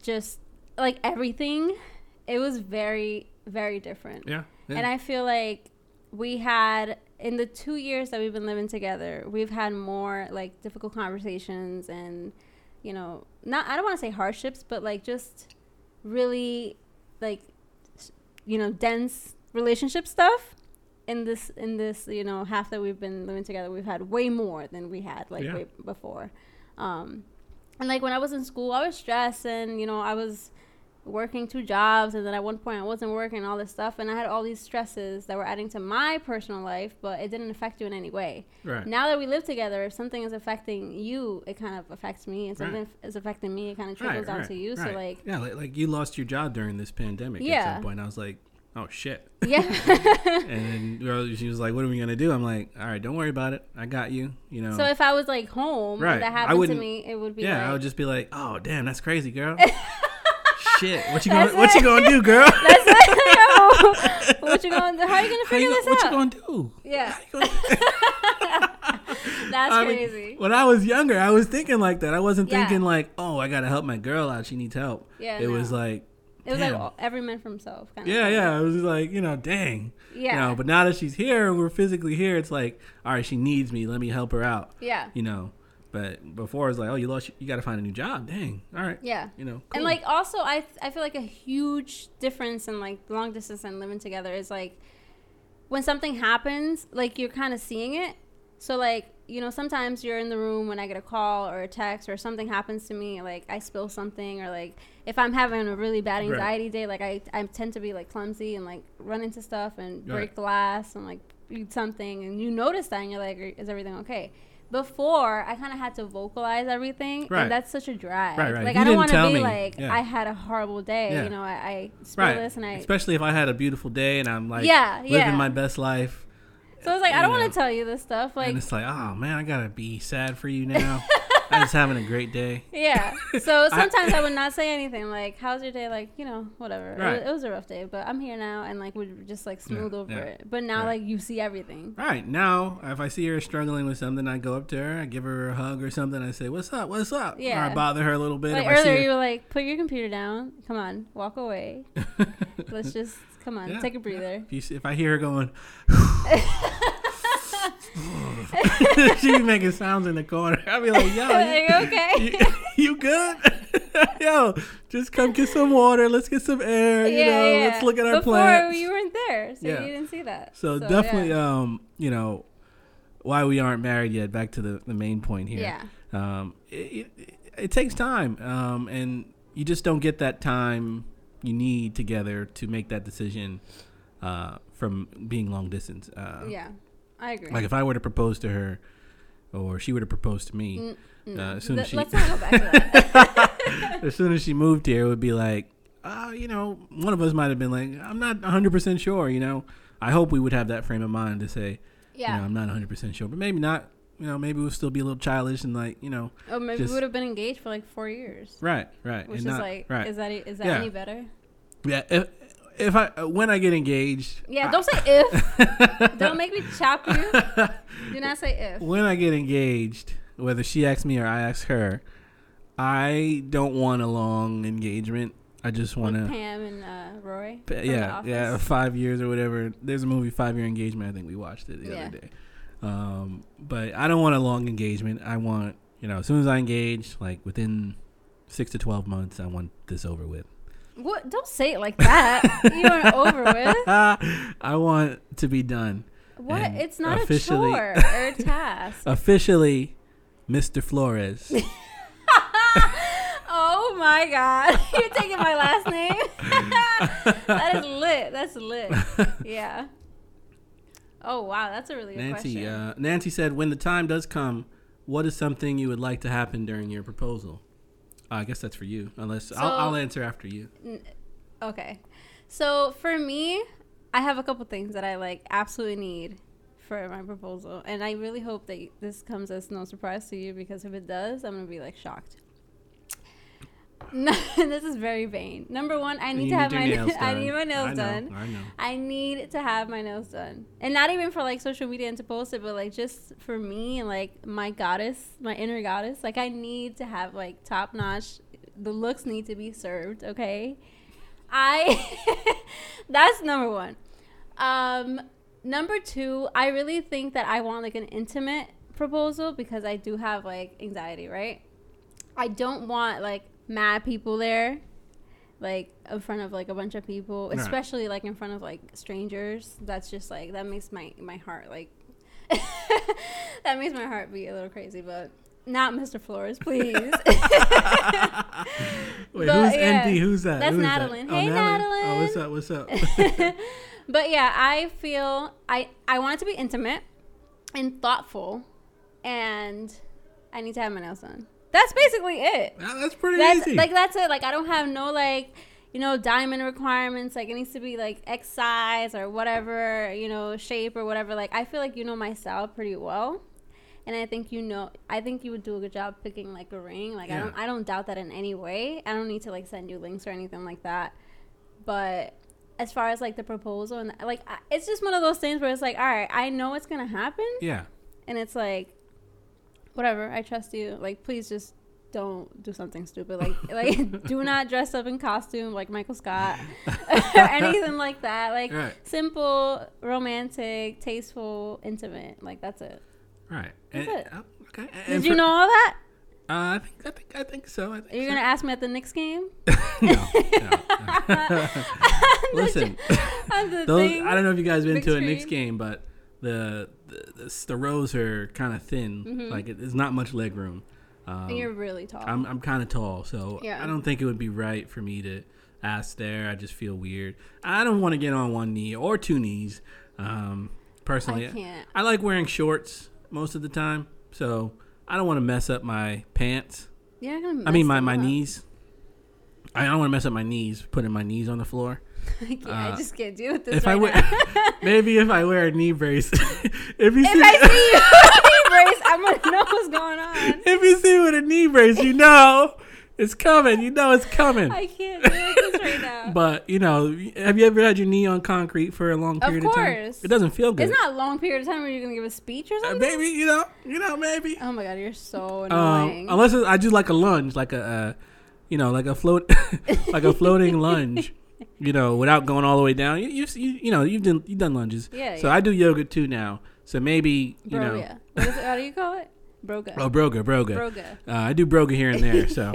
just like everything, it was very, very different.
Yeah.
And I feel like we had in the two years that we've been living together, we've had more like difficult conversations and you know, not I don't want to say hardships, but like just really like s- you know, dense relationship stuff. In this, in this, you know, half that we've been living together, we've had way more than we had like
Yeah.
way before. Um, and like when I was in school, I was stressed, and you know, I was working two jobs and then at one point I wasn't working all this stuff and I had all these stresses that were adding to my personal life but it didn't affect you in any way.
right.
Now that we live together if something is affecting you it kind of affects me and something is affecting me it kind of trickles down to you so like
yeah, like, like you lost your job during this pandemic. At
Yeah.
some point, I was like, oh shit.
yeah
and then we were- she was like, what are we gonna do? I'm like, all right, don't worry about it. I got you. You know.
so if I was like home
Right.
and that
I
happened to
wouldn't-
me it would be
yeah, I
like,
would just be like, oh damn, that's crazy, girl. shit, what you
That's
gonna what
it.
you gonna do, girl?
that's it. what you going to how are you going to
How you
figure
gonna-
this
what you
out
gonna do?
yeah
How you gonna-
that's
I mean,
crazy
when I was younger, I was thinking like that. I wasn't
Yeah.
thinking like, oh, I gotta help my girl out. She needs help.
Yeah,
It
no.
was like,
it was
damn.
like every man for himself kind
yeah,
of
yeah. It was like, you know, dang.
yeah
You know, but now that she's here, we're physically here. It's like, all right, she needs me. Let me help her out.
yeah
You know. But before it's like, oh, you lost. You got to find a new job. Dang. All right.
yeah
You know.
And
cool.
like also I I feel like a huge difference in like long distance and living together is like when something happens, like you're kind of seeing it. So like, you know, sometimes you're in the room when I get a call or a text or something happens to me, like I spill something or like if I'm having a really bad
Right.
anxiety day, like I, I tend to be like clumsy and like run into stuff and break
Right.
glass and like eat something and you notice that and you're like, is everything okay? Before I kind of had to vocalize everything,
Right.
and that's such a drag.
Right, right.
Like
You
I don't
didn't
want
tell
to be
me.
like
Yeah.
I had a horrible day.
Yeah.
You know, I, I spill
right.
this and I.
Especially if I had a beautiful day and I'm like,
Yeah,
living
yeah.
my best life.
so I was like, I
you
don't
know.
want to tell you this stuff. Like,
and it's like, oh man, I gotta be sad for you now. I'm just having a great day.
yeah. So sometimes I, would not say anything. Like, how's your day? Like, you know, whatever. It,
Right.
was, it was a rough day, but I'm here now, and like we just like smooth over
yeah.
it. But now,
Right.
like, you see everything.
All right, now if I see her struggling with something, I go up to her, I give her a hug or something. I say, "What's up? What's up?"
Yeah.
Or I bother her a little bit.
Like
if I
earlier,
see
you were like, put your computer down. Come on, walk away.
her-
Let's just come on,
Yeah,
take
yeah.
a breather.
if, you see, if I hear her going, she be making sounds in the corner. I'll be like, "Yo, you,
Like, okay.
you, you good? Yo, just come get some water. Let's get some air. You know, let's look at our
Before
plants."
you weren't there, so
Yeah.
you didn't see that.
So,
yeah.
definitely, um, you know, why we aren't married yet. Back to the, the main point here.
Yeah.
Um, it, it, it takes time, um, and you just don't get that time you need together to make that decision uh, from being long distance. Uh,
yeah, I agree.
Like if I were to propose to her, or she were to propose to me,
Mm,
uh,
no.
as soon as
Let-
she-
Let's not go back to that.
as soon as she moved here, it would be like, uh, you know, one of us might have been like, I'm not 100% sure, you know. I hope we would have that frame of mind to say, you know,
Yeah,
I'm not 100% sure, but maybe not. You know, maybe we'll still be a little childish and like, you know,
or Oh, maybe
just-
we would have been engaged for like four years,
right, right,
which
and
is
not-
like,
right,
is that e- is that
Yeah.
any better?
yeah. If, if I uh, when I get engaged,
Yeah,
I-
don't say if. don't make me chop you. Do not say if.
when I get engaged, whether she asks me or I ask her, I don't want a long engagement. I just want
With
to,
Pam and uh, Roy. from The
yeah, yeah,
Office.
five years or whatever. There's a movie, Five Year Engagement. I think we watched it the
Yeah.
other day. Um, but I don't want a long engagement. I want, you know, as soon as I engage, like within six to twelve months, I want this over with.
What? Don't say it like that. you are over with.
I want to be done
What?
And
it's not a
officially-
chore or a task.
officially, Mr. Flores.
oh my god! You're taking my last name. that is lit. That's lit. Yeah. Oh wow, that's a really good
Nancy,
question.
uh, Nancy said, "When the time does come, what is something you would like to happen during your proposal?" Uh, I guess that's for you, unless
So-
I'll, I'll answer after you.
Okay. So for me, I have a couple things that I like absolutely need for my proposal. And I really hope that this comes as no surprise to you because if it does, I'm going to be like shocked. this is very vain. Number one, I need
You
to have
your
my
nails
I need my
done.
nails
I know,
done.
I know.
I need to have my nails done. And not even for like social media and to post it, but like just for me and like my goddess, my inner goddess. Like I need to have like top notch. The looks need to be served, okay? I that's number one. Um number two, I really think that I want like an intimate proposal because I do have like anxiety, right? I don't want like mad people there, like in front of like a bunch of people,
Right.
especially like in front of like strangers. That's just like that makes my my heart like that makes my heart beat a little crazy, but not Mr. Flores, please.
Wait,
But,
who's
yeah.
ND? Who's that?
That's
Who is that?
Madeline. Hey,
Oh, what's up? What's up?
but yeah, I feel I I want it to be intimate and thoughtful, and I need to have my nails done. That's basically it.
Ah, that's pretty
that's
easy.
like that's it. Like I don't have no like you know diamond requirements. Like it needs to be like X size or whatever you know shape or whatever. Like I feel like you know my style pretty well, and I think you know. I think you would do a good job picking like a ring. Like I
Yeah.
don't. I don't doubt that in any way. I don't need to like send you links or anything like that. But as far as like the proposal and like I- it's just one of those things where it's like all right, I know what's gonna happen
yeah,
and it's like whatever i trust you like please just don't do something stupid like like do not dress up in costume like michael scott or anything like that like
Right.
simple romantic tasteful intimate like that's it
right.
That's
And-
it.
oh, okay.
did
And
you
for-
know all that
Uh, I think I think I think so. I think
are you
so.
gonna ask me at the next game
no, no, no. Listen,
On the
those,
thing?
I don't know if you guys been
Big
to a Knicks
screen.
game, but the the, the, s- the rows are kind of thin.
Mm-hmm.
Like it, there's not much leg room.
and you're
Um,
really tall
I'm I'm kind of tall, so
Yeah.
I don't think it would be right for me to ask there. I just feel weird. I don't want to get on one knee or two knees. Um, personally,
I can't.
I like wearing shorts most of the time, so I don't want to mess up my pants.
you're not gonna
I mean,
mess
my,
them
my
up.
knees. I don't want to mess up my knees, putting my knees on the floor.
Like, yeah,
uh,
i just can't deal with this
If
right
I
now.
wear, maybe if I wear a knee brace, if you see,
if i see you brace i'm gonna know what's going on
if you see with a knee brace, you know it's coming. You know it's coming.
i can't deal with this right now
But you know, have you ever had your knee on concrete for a long
Of
period time?
course.
It doesn't feel good.
It's not a long period of time where you're gonna give a speech or
Uh,
something.
maybe you know, you know, maybe.
Oh my god, you're so
Um,
annoying.
unless it's, I do like a lunge, like a, uh, you know, like a float, like a floating lunge, you know, without going all the way down. You, you've, you, you know, you've done you've done lunges.
Yeah,
So
yeah.
I do yoga too now. So maybe you know,
Broga. What is it, how do you call it? Broga.
oh broga, broga.
Broga.
Uh, I do broga here and there. So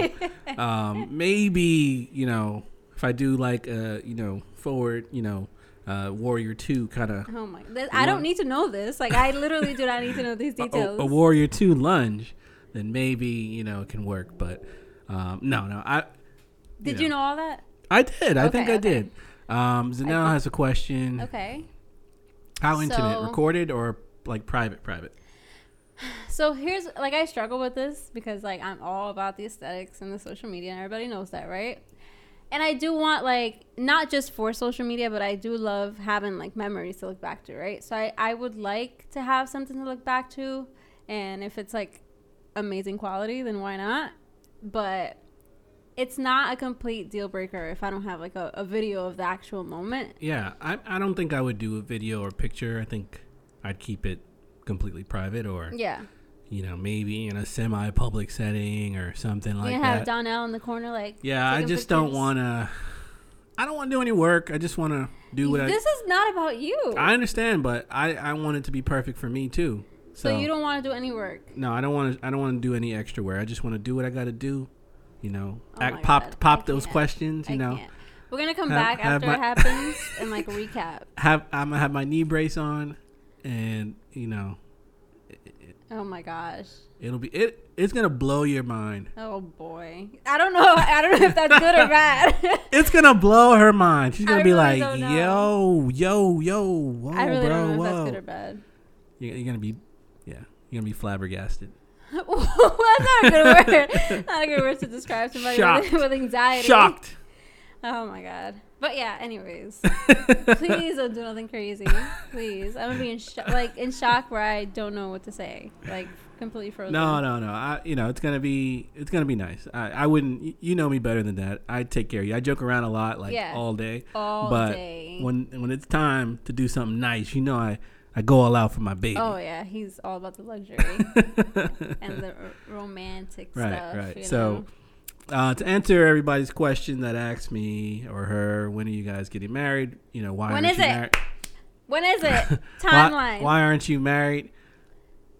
um, maybe you know, if I do like uh, you know forward, you know, uh, warrior two kind of
Oh my. This, I don't need to know this. Like I literally do not need to know these
a-
details.
A, warrior two lunge, then maybe you know it can work. But um, no, no, I
Did
you
you know all that?
I did. I
Okay,
think I
okay.
did. Um, Zanel has a question.
Okay.
How intimate?
So-
recorded or like private? Private.
So here's like I struggle with this because like I'm all about the aesthetics and the social media and everybody knows that, right? And I do want like not just for social media, but I do love having like memories to look back to, right? So I, I would like to have something to look back to and if it's like amazing quality, then why not? But it's not a complete deal breaker if I don't have like a, a video of the actual moment.
Yeah, I, I don't think I would do a video or picture. I think I'd keep it completely private or,
Yeah.
you know, maybe in a semi public setting or something like
you
that.
have Donnell in the corner like
yeah, I
taking
just don't
pictures.
want to. I don't want to do any work. I just want to do what
This is not about you.
I. I understand, but I, I want it to be perfect for me too. So,
So, you don't want to do any work.
no, I don't want to. I don't want to do any extra wear. I just want to do what I got to do. You know,
Oh
act,
my
pop
God,
pop
I
those
can't.
questions. You
I
know,
can't. We're gonna come
Have-
back
have
after
my-
it happens and like recap.
have I'm gonna have my knee brace on, and you know,
Oh my gosh.
It'll be it. It's gonna blow your mind.
Oh boy. I don't know. I don't know if that's good or bad.
It's gonna blow her mind. She's gonna
I
be like,
really don't
"Yo, yo, yo, whoa,
I really
bro,
don't know
whoa."
if that's good or bad.
you're, you're gonna be, yeah, you're gonna be flabbergasted.
well, that's not a good word. Not a good word to describe somebody
Shocked.
with, with anxiety.
Shocked.
Oh my god. But yeah. Anyways, please don't do nothing crazy. Please, I'm gonna be in sho- like in shock where I don't know what to say. Like completely frozen.
No, no, no. I, you know, it's gonna be, it's gonna be nice. I, I wouldn't. y- You know me better than that. I take care of you. I joke around a lot, like
Yeah.
all day.
All
but
day.
when when it's time to do something nice, you know, I I go all out for my baby.
Oh yeah, he's all about the luxury and the r- romantic
Right,
stuff.
right.
you
So,
know?
Uh, to answer everybody's question that asked me or her, when are you guys getting married? You know, why
When
aren't
is
you
it?
married?
when is it
Why,
timeline?
why aren't you married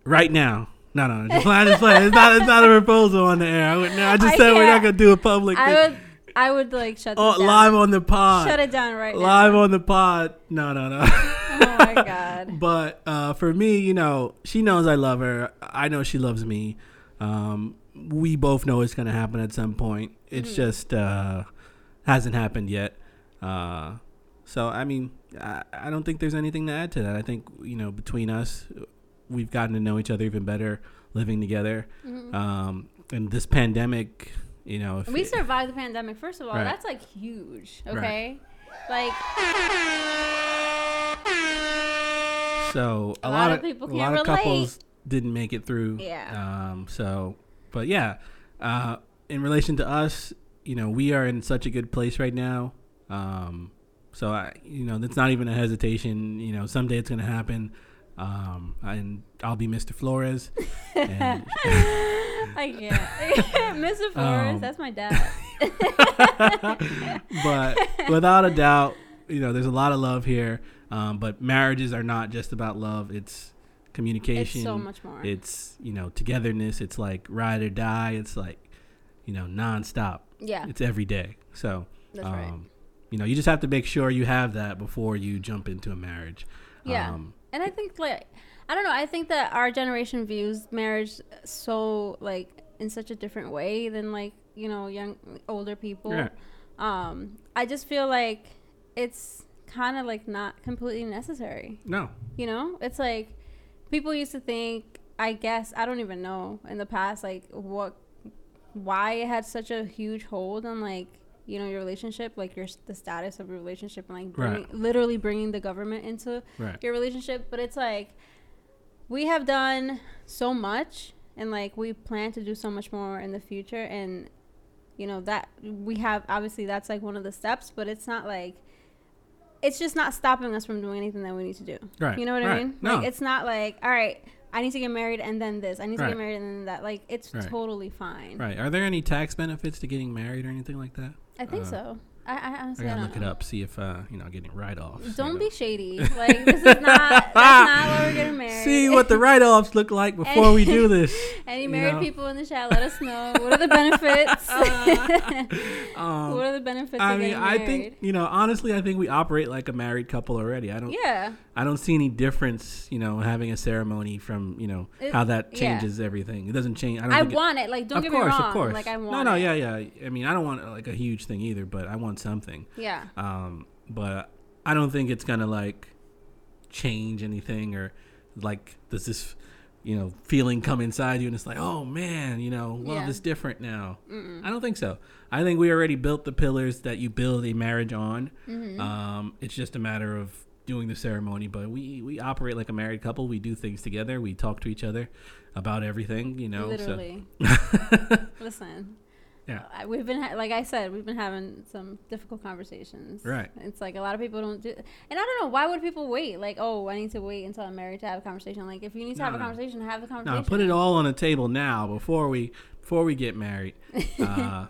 right now? No, no, no. Just, I just play. It's not. It's not a proposal on the air. I, would, no, I just
I
said we're not
can't.
gonna do a public.
I
thing.
would, I would like shut
oh,
this down.
live on the pod.
Shut it down right
live
now.
on the pod. No, no, no.
Oh my god.
but uh, for me, you know, she knows I love her. I know she loves me. Um, we both know it's gonna happen at some point. It's just uh, hasn't happened yet. Uh, so I mean, I, I don't think there's anything to add to that. I think you know between us, we've gotten to know each other even better living together. Um, and this pandemic, you know, if
Mm-hmm. We survived the pandemic. First of all,
Right.
that's like huge.
Right.
Okay. Like
So a,
A
lot, of people, a
can't
lot of
relate.
couples didn't make it through.
Yeah.
Um. So, but yeah, uh, in relation to us, you know, we are in such a good place right now. Um. So I, you know, that's not even a hesitation. You know, someday it's gonna happen. Um. And I'll be Mr. Flores. and,
I can't. Mr. Flores,
Um,
that's my dad.
but without a doubt, you know, there's a lot of love here. Um. But marriages are not just about love. It's
It's
communication.
so much more.
it's you know togetherness it's like ride or die it's like you know nonstop
yeah,
it's every day so um,
that's right.
you know you just have to make sure you have that before you jump into a marriage
Yeah.
um,
and I think like I don't know. I think that our generation views marriage so like in such a different way than like you know young older people.
Yeah.
Um, I just feel like it's kind of like not completely necessary.
no
You know, it's like people used to think. I guess I don't even know in the past like what why it had such a huge hold on like you know your relationship like your the status of your relationship and like bringing,
Right.
literally bringing the government into
right
your relationship, but it's like we have done so much and like we plan to do so much more in the future and you know that we have obviously that's like one of the steps, but it's not like it's just not stopping us from doing anything that we need to do.
Right,
You know what I
right.
mean?
No.
Like it's not like all right, I need to get married and then this. I need to
Right.
get married and then that. Like it's
Right.
totally fine.
right are there any tax benefits to getting married or anything like that
I think
Uh,
so. I, I
i
honestly
gotta
don't
look
know.
it up see if uh you know getting write-offs
Don't
you
be
know.
shady. Like this is not that's not why we're getting married.
see what the write-offs look like before we do this
Any
you
married
know?
people in the chat, let us know. What are the benefits?
um
what are the benefits
i
of
mean
getting
i
married?
think you know honestly i think we operate like a married couple already i don't
yeah,
I don't see any difference, you know, having a ceremony from, you know,
It-
how that
yeah.
changes everything. It doesn't change. I don't
I
think it-
want it. Like, don't
of
get
course,
me wrong.
of course.
Like, I want.
no, no,
it.
yeah, yeah. I mean, I don't want like a huge thing either, but I want something.
yeah.
Um, but I don't think it's gonna like change anything or like does this you know feeling come inside you and it's like oh man you know love
Yeah.
is different now.
Mm-mm.
I don't think so. I think we already built the pillars that you build a marriage on.
Mhm.
Um, it's just a matter of doing the ceremony, but we we operate like a married couple. We do things together. We talk to each other about everything. You know,
Literally.
so
Listen.
Yeah.
I- We've been ha- like I said, we've been having some difficult conversations.
Right.
It's like a lot of people don't do, and I don't know why would people wait? Like, oh, I need to wait until I'm married to have a conversation. Like, if you need to
No,
have a
no.
conversation, have the conversation.
no, put it all on the table now before we before we get married. Uh,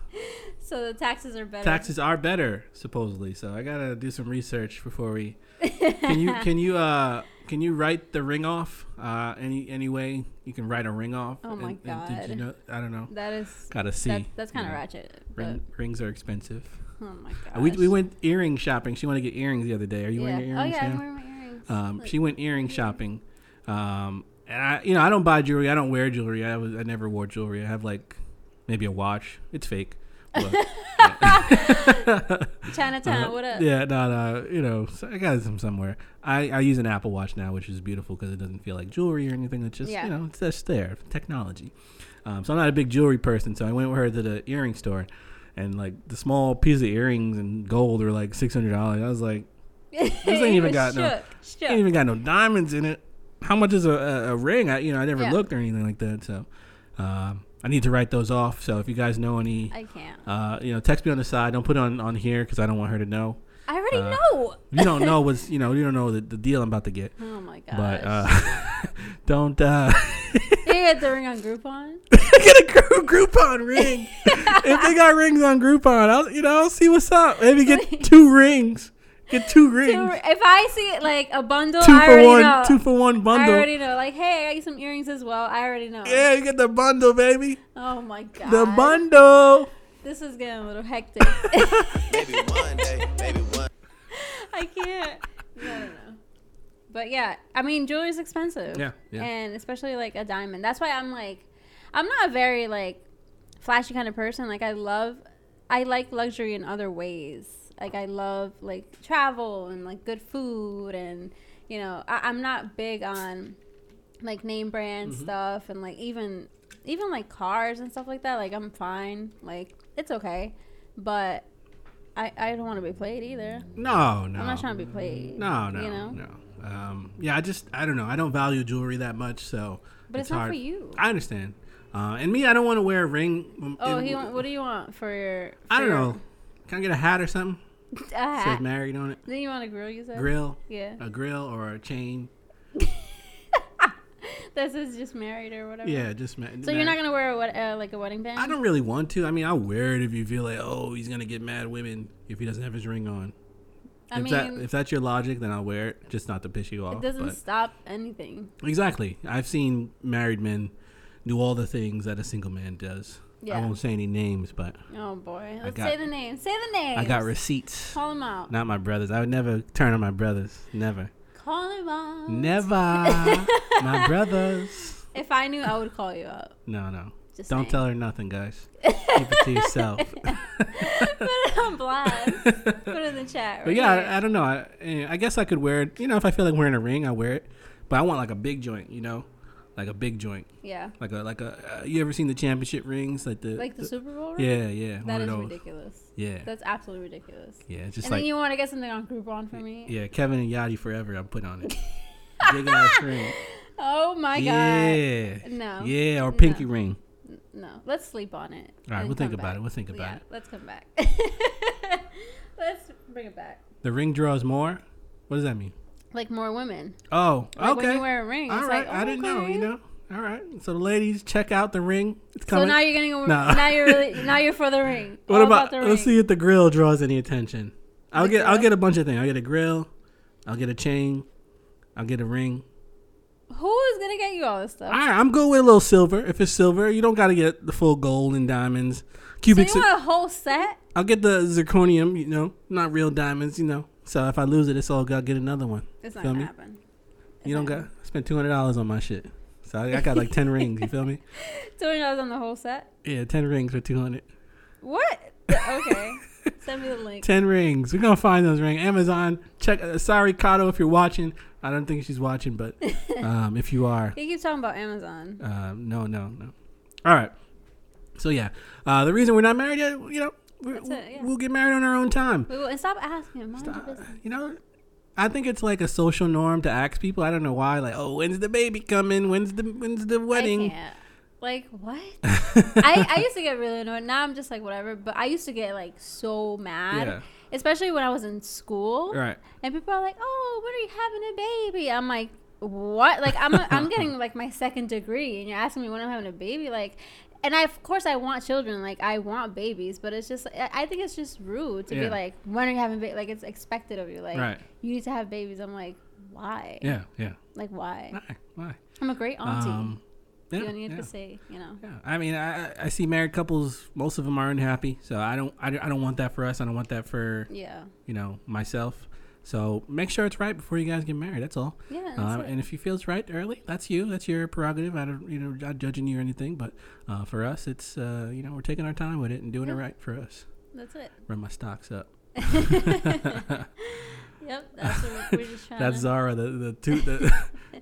So the taxes are better.
taxes are better supposedly, so I gotta do some research before we. Can you can you uh can you write the ring off? Uh, any any way you can write a ring off?
Oh my
did you
God.
know? I don't know.
That is.
Gotta see.
That, that's
you
kind of
know.
ratchet. But,
Ring, rings are expensive.
oh my god.
Uh, We, we went earring shopping. She wanted to get earrings the other day. Are you wearing your
Oh
earrings
yeah, I'm
now?
wearing my earrings.
Um,
Look.
she went earring shopping, um, and I, you know, I don't buy jewelry. I don't wear jewelry. I was, I never wore jewelry. I have like maybe a watch. It's fake. But,
Chinatown.
uh,
what up?
Yeah, no, no. You know, so I got some somewhere. I, I use an Apple Watch now, which is beautiful because it doesn't feel like jewelry or anything. It's just
Yeah.
you know, it's just there, technology. Um, so I'm not a big jewelry person. So I went with her to the earring store, and like the small piece of earrings and gold are like six hundred dollars. I was like.
this
ain't even got no-
Shook.
ain't even got no diamonds in it. How much is a, a, a ring? I you know I never
Yeah.
looked or anything like that. So um, I need to write those off. So if you guys know any,
I can't.
uh, you know, text me on the side. Don't put it on on here because I don't want her to know.
I already
uh,
know.
If you don't know what's you know you don't know the, the deal I'm about to get.
Oh my gosh.
But uh, don't uh,
you get the ring on Groupon.
get a Gro- Groupon ring. if they got rings on Groupon, I'll you know I'll see what's up. Maybe get two rings. Get two rings.
Two- if I see like a bundle,
Two
I
for
already
one.
know.
Two for one
I
bundle.
already know. Like, hey, I got some earrings as well. I already know.
Yeah, you get the bundle, baby.
Oh my god.
The bundle.
This is getting a little hectic.
Maybe one day, maybe one.
I can't. No, no, no. But yeah, I mean, jewelry's expensive.
Yeah, yeah.
And especially like a diamond. That's why I'm like, I'm not a very like flashy kind of person. Like I love, I like luxury in other ways. Like I love like travel and like good food and you know I, I'm not big on like name brand
Mm-hmm.
stuff and like even even like cars and stuff like that. Like I'm fine. Like it's okay, but. I, I don't want to be played either.
No, no.
I'm not trying to be played.
No, no,
You know?
no. Um, yeah, I just I don't know. I don't value jewelry that much, so.
But it's, not for you.
I understand. Uh, and me, I don't want to wear a ring. um,
oh,
in-
he want, what do you want for your. For
I don't
your-
know. Can I get a hat or something?
A
Says
hat.
married on it.
Then you want a grill, you said?
Grill, Oh.
Yeah.
a grill or a chain.
That says just married or whatever.
Yeah, just ma-
So you're not going to wear a, wed- uh, like a wedding band?
I don't really want to. I mean, I'll wear it if you feel like, oh, he's gonna get mad women if he doesn't have his ring on.
I
if
mean,
that if that's your logic, then I'll wear it, just not to piss you off.
it doesn't
but-
stop anything.
Exactly. I've seen married men do all the things that a single man does.
Yeah.
I won't say any names, but
Oh, boy. Let's
got-
say the name. Say the name.
I got receipts.
Call him out.
Not my brothers. I would never turn on my brothers. Never.
Call him out.
Never. my brothers.
If I knew, I would call you out.
No, no.
Just
Don't
saying.
tell her nothing, guys. Keep it to yourself.
Put it on blast. Put it in the chat. Right
But yeah,
here.
I, I don't know. I, eh, I guess I could wear it. You know, if I feel like wearing a ring, I wear it. But I want like a big joint, you know? Like a big joint.
yeah.
Like a, like a, uh, you ever seen the championship rings? Like the,
Like the Super Bowl? ring?
yeah, yeah.
That
one of
is
those.
ridiculous.
Yeah.
That's absolutely ridiculous.
Yeah, it's just
and
like
then you want to get something on Groupon for me?
yeah, Kevin and Yachty forever. I'm putting on it. Big ass ring.
Oh my god.
yeah.
No.
Yeah, or pinky ring.
No. Let's sleep on it.
All right,
and
we'll think
come
about
back.
it. We'll think about
yeah,
it.
Let's come back. let's bring it back.
The ring draws more. What does that mean?
Like more women.
Oh,
Like
okay.
When you wear a ring.
All
it's
right,
like, oh
I didn't know.
okay.
You know. All right. So the ladies, check out the ring. It's
So
coming.
now you're gonna go.
Nah.
Now you're really, now you're for the ring.
what
All
about?
the ring?
let's see if the grill draws any attention. I'll
The
get. I'll
grill?
get a bunch of things. I'll get a grill. I'll get a chain. I'll get a ring.
Who is gonna get you all this stuff?
All right, I'm good with a little silver. If it's silver, you don't got to get the full gold and diamonds. Cubic.
so
zir-
you want a whole set?
I'll get the zirconium, you know, not real diamonds, you know. So if I lose it, it's all good. I'll get another one.
It's not
Feel
gonna
me?
happen.
You don't
Okay.
got I spent two hundred dollars on my shit, so I, I got like ten rings. You feel me?
Two hundred dollars on the whole set.
Yeah, ten rings for two hundred.
What? okay. Send me the link.
Ten rings. We're gonna find those rings. Amazon. Check. Uh, sorry, Kato, if you're watching. I don't think she's watching, but um, if you are,
He keeps talking about Amazon.
um, no, no, no. All right. So yeah, uh, the reason we're not married yet, you know, we
That's it, yeah.
we'll get married on our own time.
We will, and stop asking him. Mind your business.
You know, I think it's like a social norm to ask people. I don't know why. Like, oh, when's the baby coming? When's the when's the
I
wedding?
can't. Like what? I, I used to get really annoyed. Now I'm just like whatever. But I used to get like so mad,
Yeah.
especially when I was in school.
Right.
And people are like, "Oh, when are you having a baby?" I'm like, "What?" Like I'm i I'm getting like my second degree, and you're asking me when I'm having a baby. Like, and I of course I want children. Like I want babies, but it's just I I think it's just rude to
Yeah.
be like, "When are you having baby?" Like it's expected of you. Like
Right.
you need to have babies. I'm like, why?
Yeah. Yeah.
Like why?
Why? Why?
I'm a great auntie.
um, yeah,
you don't need
yeah.
to say, you know.
Yeah, I mean, I, I- I see married couples. Most of them are unhappy, so I don't, I, don't- I don't want that for us. I don't want that for
Yeah.
you know myself. So make sure it's right before you guys get married. That's all.
Yeah. That's
Um,
it.
and if you feel it's right early, that's you. That's your prerogative. I don't, you know, not judging you or anything. But uh, for us, it's uh, you know we're taking our time with it and doing it
Yeah.
right for us.
that's it.
Run my stocks up.
Uh-huh. Yep. That's what we're just trying
That's
to.
Zara. The the two the,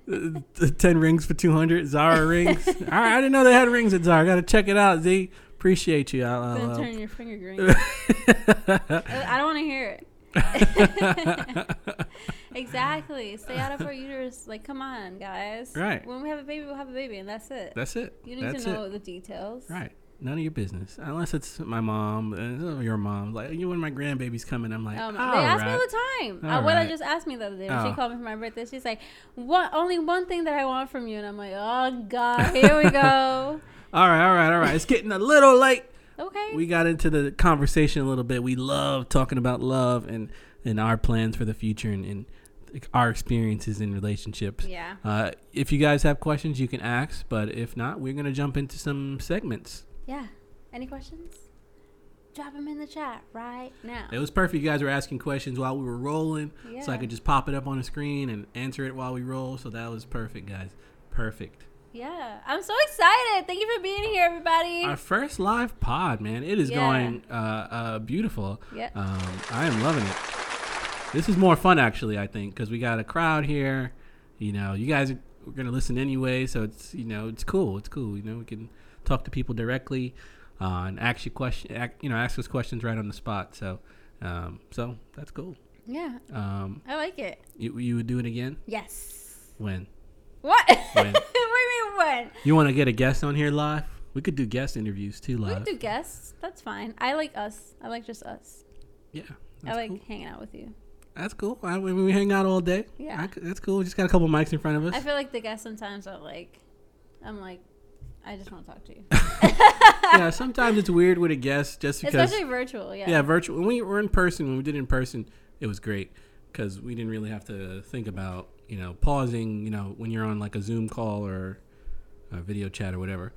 the, the ten rings for two hundred. Zara rings. all right, I didn't know they had rings at Zara. Got to check it out. Z, appreciate you. I'll, I'll,
Then
uh,
turn your finger green. Uh, I don't want to hear it. exactly. Stay out of our uterus. Like, come on, guys.
Right.
When we have a baby, we'll have a baby, and that's it.
That's it.
you need
That's
to know
It.
the details.
Right. None of your business, unless it's my mom, uh, it's your mom. Like you, know, when my grandbaby's coming, I'm like,
Um, they
all
ask me all
right."
the time.
All
Uh, Willa
right.
just asked me the other day.
Oh.
She called me for my birthday. She's like, "What? Only one thing that I want from you." And I'm like, "Oh God, here we go."
all right, all right, all right. It's getting a little late.
Okay.
We got into the conversation a little bit. We love talking about love and and our plans for the future and, and our experiences in relationships.
yeah.
Uh, if you guys have questions, you can ask. But if not, we're gonna jump into some segments.
Yeah. Any questions? Drop them in the chat right now.
It was perfect. You guys were asking questions while we were rolling, so I
Yeah.
could just pop it up on the screen and answer it while we roll. So that was perfect, guys. Perfect.
Yeah. I'm so excited. Thank you for being here, everybody.
Our first live pod, man. It is
Yeah.
going uh, uh, beautiful.
Yep.
Um, I am loving it. This is more fun, actually. I think because we got a crowd here. You know, you guys are we're gonna listen anyway, so it's you know it's cool. It's cool. You know, we can talk to people directly uh, and ask you question. ac you know, ask us questions right on the spot. So, um, so that's cool.
yeah.
Um,
I like it.
you you would do it again
Yes.
when
What?
When?
what do you mean when?
you want to get a guest on here live. We could do guest interviews too
We
live.
can do guests. That's fine. I like us. I like just us.
yeah.
I
that's
like
cool.
hanging out with you.
That's cool. I, we, we hang out all day.
Yeah.
I c- that's cool. We just got a couple mics in front of us.
I feel like the guests sometimes are like, I'm like, I just want to talk to you.
yeah, sometimes it's weird with a guest just because.
Especially virtual. Yeah.
yeah, virtual. When we were in person, when we did it in person, it was great because we didn't really have to think about you know pausing. You know, when you're on like a Zoom call or a video chat or whatever,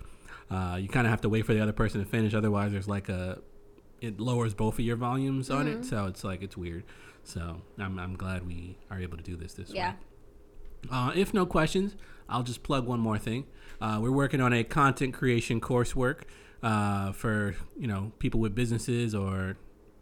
uh, you kind of have to wait for the other person to finish. Otherwise, there's like a it lowers both of your volumes on
Mm-hmm.
it, so it's like it's weird. So I'm I'm glad we are able to do this this
Yeah.
way. Uh, if no questions, I'll just plug one more thing. Uh, we're working on a content creation coursework uh, for you know people with businesses or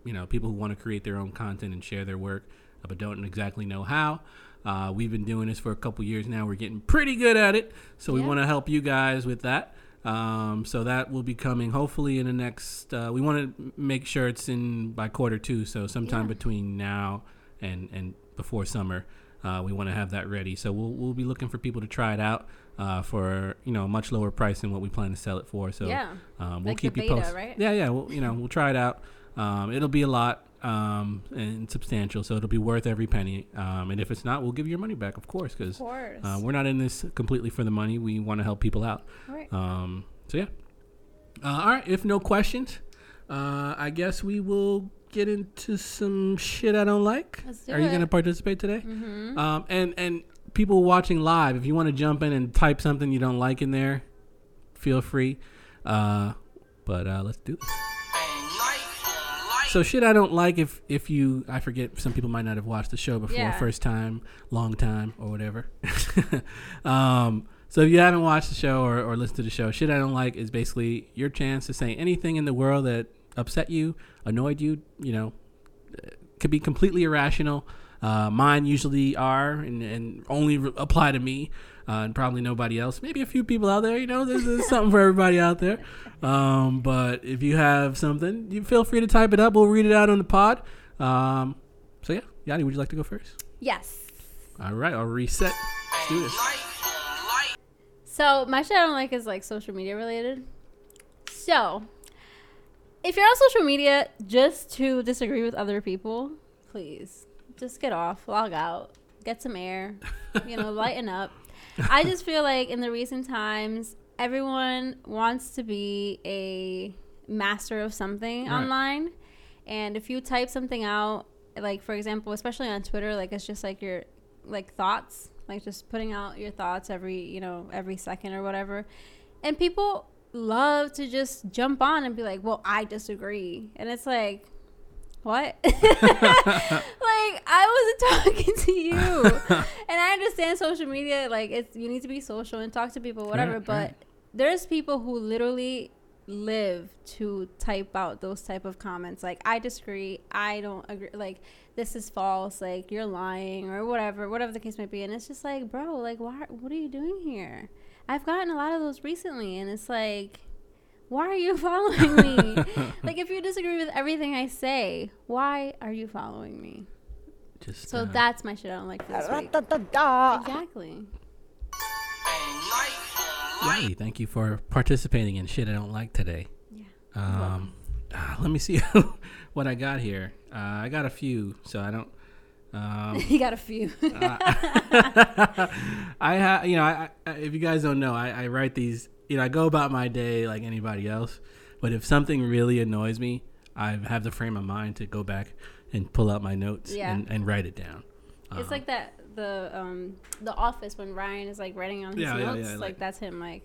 you know people who want to create their own content and share their work, uh, but don't exactly know how. Uh, we've been doing this for a couple years now. We're getting pretty good at it, so we
Yeah.
want to help you guys with that. Um, so that will be coming hopefully in the next. Uh, we want to make sure it's in by quarter two, so sometime
Yeah.
between now and and before summer. Uh, we want to have that ready, so we'll we'll be looking for people to try it out uh, for you know a much lower price than what we plan to sell it for. So
Yeah.
um, we'll
Like the
keep you
beta,
posted.
right?
Yeah, yeah. We'll, you know, we'll try it out. Um, it'll be a lot um, and substantial, so it'll be worth every penny. Um, and if it's not, we'll give you your money back, of course,
Of
because
course.
uh, we're not in this completely for the money. We want to help people out.
right.
Um, so yeah. Uh, all right. If no questions, uh, I guess we will get into some shit I don't like.
Let's do
Are you
it.
gonna participate today? Mm-hmm. Um, and and people watching live, if you want to jump in and type something you don't like in there, feel free. Uh, but uh, let's do this. So shit I don't like if if you I forget some people might not have watched the show before
Yeah.
first time long time or whatever. um, so if you haven't watched the show or, or listened to the show, shit I don't like is basically your chance to say anything in the world that upset you, annoyed you, you know, uh, could be completely irrational. Uh, mine usually are and, and only re- apply to me uh, and probably nobody else. Maybe a few people out there, you know, there's, there's something for everybody out there. Um, but if you have something, you feel free to type it up. We'll read it out on the pod. Um, so, yeah, Yanni, would you like to go first?
Yes.
All right, I'll reset. Let's do this.
So my shit I don't like is like social media related. So if you're on social media just to disagree with other people, please just get off, log out, get some air, you know, lighten up. I just feel like in the recent times, everyone wants to be a master of something
Right.
online. And if you type something out, like for example, especially on Twitter, like it's just like your like thoughts, like just putting out your thoughts every, you know, every second or whatever. And people love to just jump on and be like, "Well, I disagree." And it's like, "What?" like I wasn't talking to you. and I understand social media like it's you need to be social and talk to people whatever,
Right,
but
right.
there's people who literally live to type out those type of comments like I disagree, I don't agree like this is false, like you're lying or whatever, whatever the case might be. And it's just like, "Bro, like why what are you doing here?" I've gotten a lot of those recently and it's like why are you following me? like, if you disagree with everything I say, why are you following me?
Just,
So
uh,
that's my shit I don't like for this week. Exactly.
Yanni, thank you for participating in shit I don't like today.
Yeah.
Um, ah, let me see what I got here. Uh, I got a few, so I don't. Um,
you got a few.
Uh. I have, you know, I, I, if you guys don't know, I, I write these. You know, I go about my day like anybody else. But if something really annoys me, I have the frame of mind to go back and pull out my notes
Yeah.
and, and write it down.
it's like that the um the office when Ryan is like writing on his
Yeah, yeah,
notes.
yeah,
like,
like-
that's him like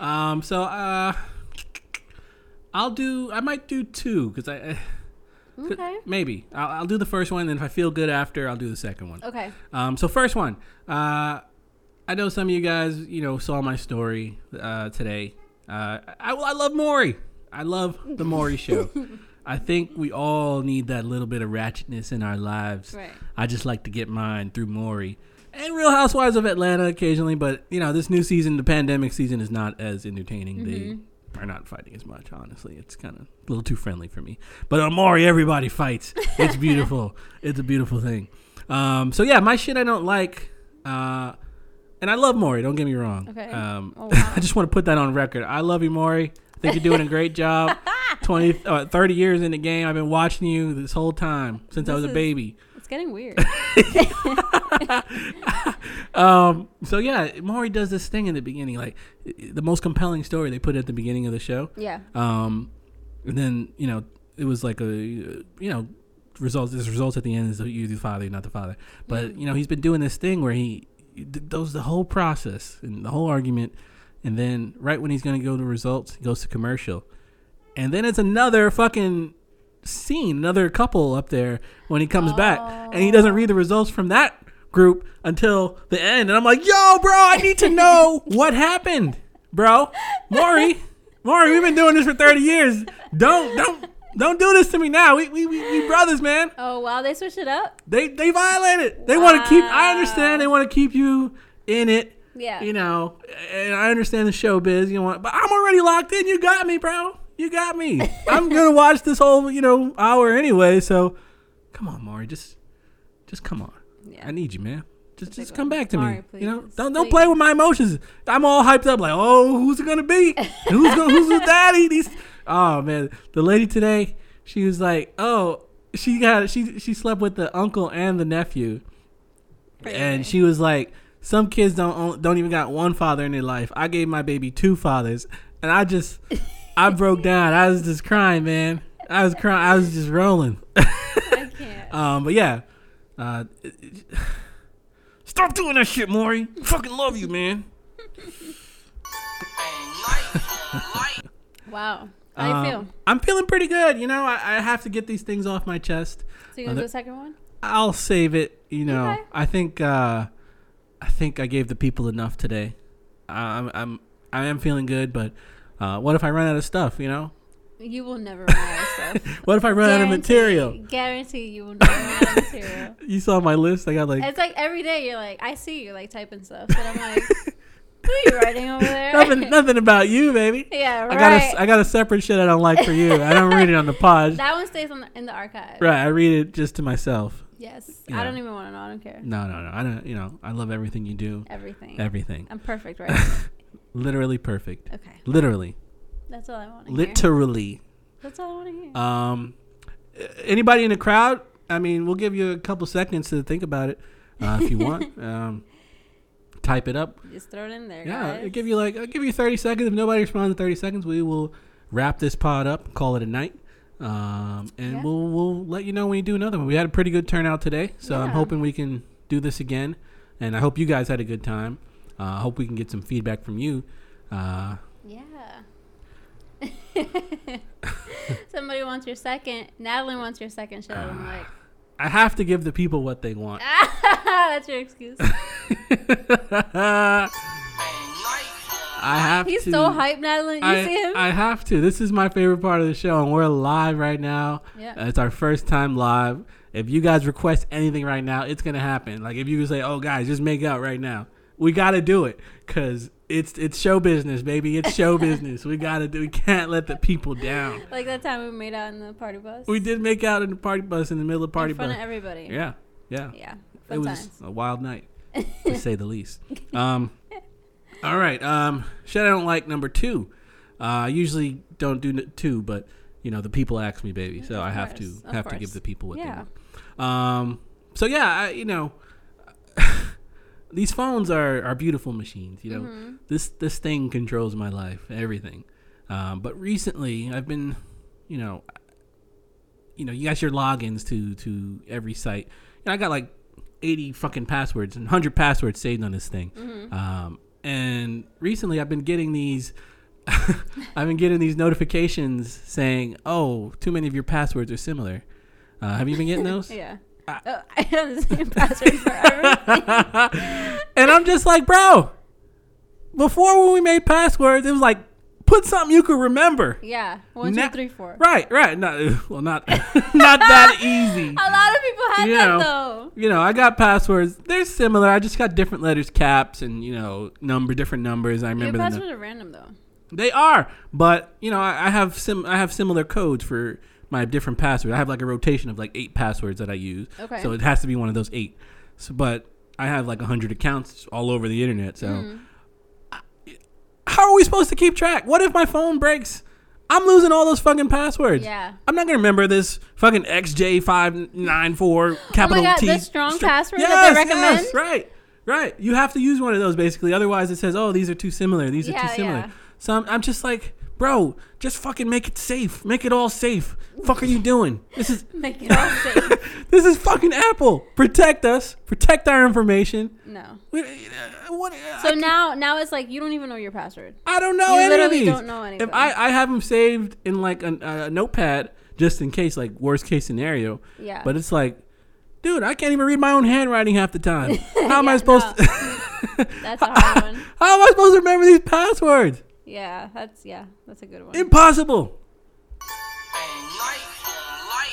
Um, so uh, I'll do. I might do two because I, I could-
Okay.
maybe I'll, I'll do the first one, and if I feel good after, I'll do the second one.
Okay.
Um, so first one, uh, I know some of you guys, you know, saw my story uh, today. Uh, I, I love Maury. I love the Maury show. I think we all need that little bit of ratchetness in our lives.
Right.
I just like to get mine through Maury and Real Housewives of Atlanta occasionally, but you know, this new season, the pandemic season, is not as entertaining. They are not fighting as much, honestly. It's kind of a little too friendly for me. But on Maury, everybody fights. It's beautiful. it's a beautiful thing. Um, so yeah, my shit I don't like. Uh, and I love Maury. Don't get me wrong.
Okay.
Um,
Oh, wow.
I just want to put that on record. I love you, Maury. I think you're doing a great job. 20, uh, 30 years in the game. I've been watching you this whole time since I
This
was a
is-
baby.
It's getting weird.
Um, so yeah, Maury does this thing in the beginning, like i- i- the most compelling story they put at the beginning of the show.
yeah.
Um, and then you know it was like a you know results. This results at the end is you the father, you're not the father. But you know he's been doing this thing where he he d- does the whole process and the whole argument, and then right when he's going to go to results, he goes to commercial, and then it's another fucking scene, another couple up there when he comes back, and he doesn't read the results from that group until the end. And I'm like, yo, bro, I need to know what happened, bro. Maury, Maury, we've been doing this for 30 years. Don't, don't. Don't do this to me now. We, we, we, we brothers, man.
Oh wow, they switched it up.
They they violated. They want to keep. I understand.
Wow.
They want to keep you in it.
Yeah.
You know, and I understand the showbiz. You want, but I'm already locked in. You got me, bro. You got me. I'm gonna watch this whole you know hour anyway. So, come on, Maury. Just, just come on.
Yeah.
I need you, man. Just,
big
just come
one.
back to me.
Maury,
You know,
please.
don't don't
Please.
play with my emotions. I'm all hyped up, like, oh, who's it gonna be? Who's gonna, who's the daddy? These, oh man, the lady today, she was like, oh, she got she she slept with the uncle and the nephew, and she was like, some kids don't own, don't even got one father in their life. I gave my baby two fathers, and I just, I broke down. I was just crying, man. I was crying. I was just rolling.
I can't.
Um, but yeah, uh, it- it- stop doing that shit, Maury. Fucking love you, man.
Wow. How do you feel?
Um, I'm feeling pretty good. You know, I, I have to get these things off my chest.
So you gonna
uh,
do a second one?
I'll save it. You know,
Okay.
I think uh, I think I gave the people enough today. I'm I'm I am feeling good, but Uh, what if I run out of stuff? You know,
You will never run out of stuff.
what if I run out of material?
Guarantee you will never run out of material.
You saw my list. I got like
It's like every day you're like, I see you like typing stuff, and I'm like, who are you writing over there?
nothing, nothing about you, baby.
yeah, right.
I got a, I got a separate shit I don't like for you. I don't read it on the pod.
that one stays on the, in the archive.
Right, I read it just to myself.
Yes,
Yeah.
I don't even want to know. I don't care.
No, no, no. I don't. You know, I love everything you do.
Everything.
Everything.
I'm perfect, right?
Literally perfect.
okay,
Literally.
that's all I want to hear.
Literally.
That's all I want to hear.
Um, anybody in the crowd? I mean, we'll give you a couple seconds to think about it uh, if you want. um, type it up.
Just throw it in there,
Yeah,
guys.
I'll give you like I'll give you thirty seconds. If nobody responds in thirty seconds, we will wrap this pod up, call it a night, um, and
Yeah.
we'll we'll let you know when you do another one. We had a pretty good turnout today, so I'm
Yeah.
hoping we can do this again. And I hope you guys had a good time. Uh, I hope we can get some feedback from you. Uh,
Yeah. Somebody wants your second. Natalie wants your second show. I'm like,
I have to give the people what they want.
that's your excuse.
I have
He's
to.
so hyped, Natalie. You
I,
see him?
I have to. This is my favorite part of the show, and we're live right now.
Yeah.
Uh, It's our first time live. If you guys request anything right now, it's gonna happen. Like if you say, "Oh, guys, just make out right now," we gotta do it because it's it's show business, baby. It's show business. We gotta do. We can't let the people down.
like that time we made out in the party bus.
We did make out in the party bus in the middle of party
in front
bus.
of everybody.
yeah, yeah.
Yeah. Fun
It was
times.
a wild night, to say the least. Um, all right. Um, shit, I don't like number two. Uh, I usually don't do n- two, but you know the people ask me, baby, so
Of
I have
course,
to
of
have to
course.
give the people what
Yeah.
they want. Um, so yeah, I, you know, these phones are are beautiful machines. You know, this this thing controls my life, everything. Um, but recently, I've been, you know, you know, you got your logins to to every site. And I got like eighty fucking passwords and hundred passwords saved on this thing. Um, and recently, I've been getting these. I've been getting these notifications saying, "Oh, too many of your passwords are similar." Uh, have you been getting those?
Yeah.
Ah.
oh, I have the same password for everything.
and I'm just like, bro. Before when we made passwords, it was like, put something you could remember.
Yeah. One, two,
Na-
three, four.
Right, right. No, well, not not that easy.
A lot of people had
You
that
know.
though.
You know, I got passwords. They're similar. I just got different letters, caps, and you know, number different numbers. I remember the
Your passwords
num-
are random though.
they are, but you know, I, I have sim I have similar codes for my different passwords. I have like a rotation of like eight passwords that I use.
Okay.
So it has to be one of those eight. So, but I have like hundred accounts all over the internet. So
Mm-hmm.
how are we supposed to keep track? What if my phone breaks? I'm losing all those fucking passwords.
Yeah.
I'm not gonna remember this fucking XJ594 capital
Oh God,
T.
the strong
str-
password that they recommend?
Yes, right, right. You have to use one of those basically. Otherwise, it says, "Oh, these are too similar. These are
Yeah,
too similar."
yeah.
So I'm, I'm just like, bro, just fucking make it safe. Make it all safe. Fuck are you doing? This is
Make it all safe.
this is fucking Apple. Protect us. Protect our information.
No.
We- uh, what-
So now, now it's like you don't even know your password.
I don't know
You
any of
literally
these.
don't know any of
If
them.
I, I have them saved in like an- a, a notepad just in case, like worst case scenario.
Yeah.
But it's like, dude, I can't even read my own handwriting half the time. How am I supposed?
no.
to,
That's a hard one.
how am I supposed to remember these passwords?
Yeah, that's yeah, that's a good one.
Impossible.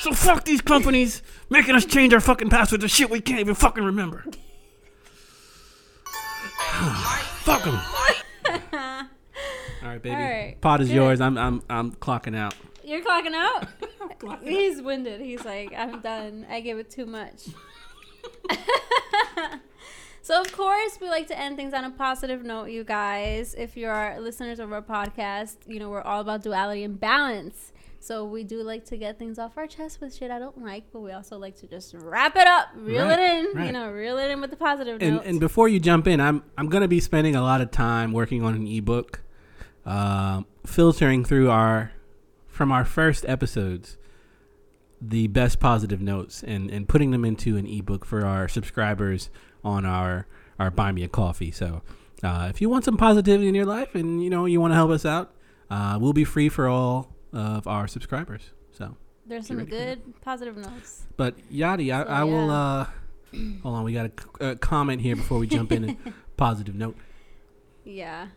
So fuck these companies making us change our fucking passwords to shit we can't even fucking remember. fuck them. All right, baby.
All right.
Pot is
Good.
yours. I'm I'm I'm clocking out.
You're clocking out. He's winded. He's like, I'm done. I gave it too much. so of course, we like to end things on a positive note, you guys. If you are listeners of our podcast, you know we're all about duality and balance. So we do like to get things off our chest with shit I don't like, but we also like to just wrap it up, reel
Right,
it in,
right.
you know, reel it in with the positive
and,
note.
and before you jump in, I'm I'm gonna be spending a lot of time working on an ebook, um, filtering through our from our first episodes, the best positive notes, and and putting them into an ebook for our subscribers on our our Buy Me a Coffee. So, uh, if you want some positivity in your life, and you know you want to help us out, uh, we'll be free for all of our subscribers. So,
There's
Get
some
ready for that.
good positive notes.
but Yadi, I,
So,
I will.
yeah.
Uh, hold on, we got a c- a comment here before we jump in. A positive note.
Yeah.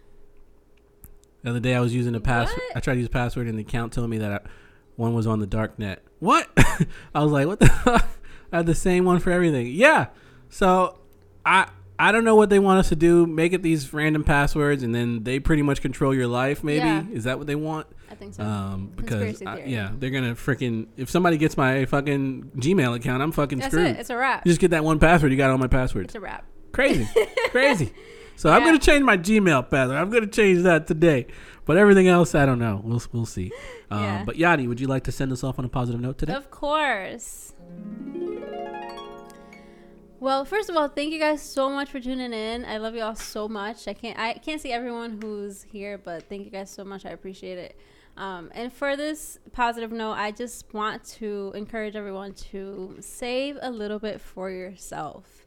The other day I was using a password.
What?
I tried to use a password and the account told me that I, one was on the dark net. What? I was like, what the fuck? I had the same one for everything. Yeah. So I I don't know what they want us to do. Make it these random passwords and then they pretty much control your life. Maybe
Yeah.
is that what they want?
I think so.
Um, because
Conspiracy
I-
theory.
yeah, they're gonna freaking if somebody gets my fucking Gmail account, I'm fucking
That's
screwed.
it. It's a wrap.
You just get that one password. You got all my
It's
passwords.
a wrap.
Crazy, crazy. So I'm
Yeah.
gonna change my Gmail password. I'm gonna change that today. But everything else, I don't know. We'll we'll see. Um,
Yeah.
But Yadi, would you like to send us off on a positive note today?
Of course. Well, first of all, thank you guys so much for tuning in. I love you all so much. I can't I can't see everyone who's here, but thank you guys so much. I appreciate it. Um, and for this positive note, I just want to encourage everyone to save a little bit for yourself.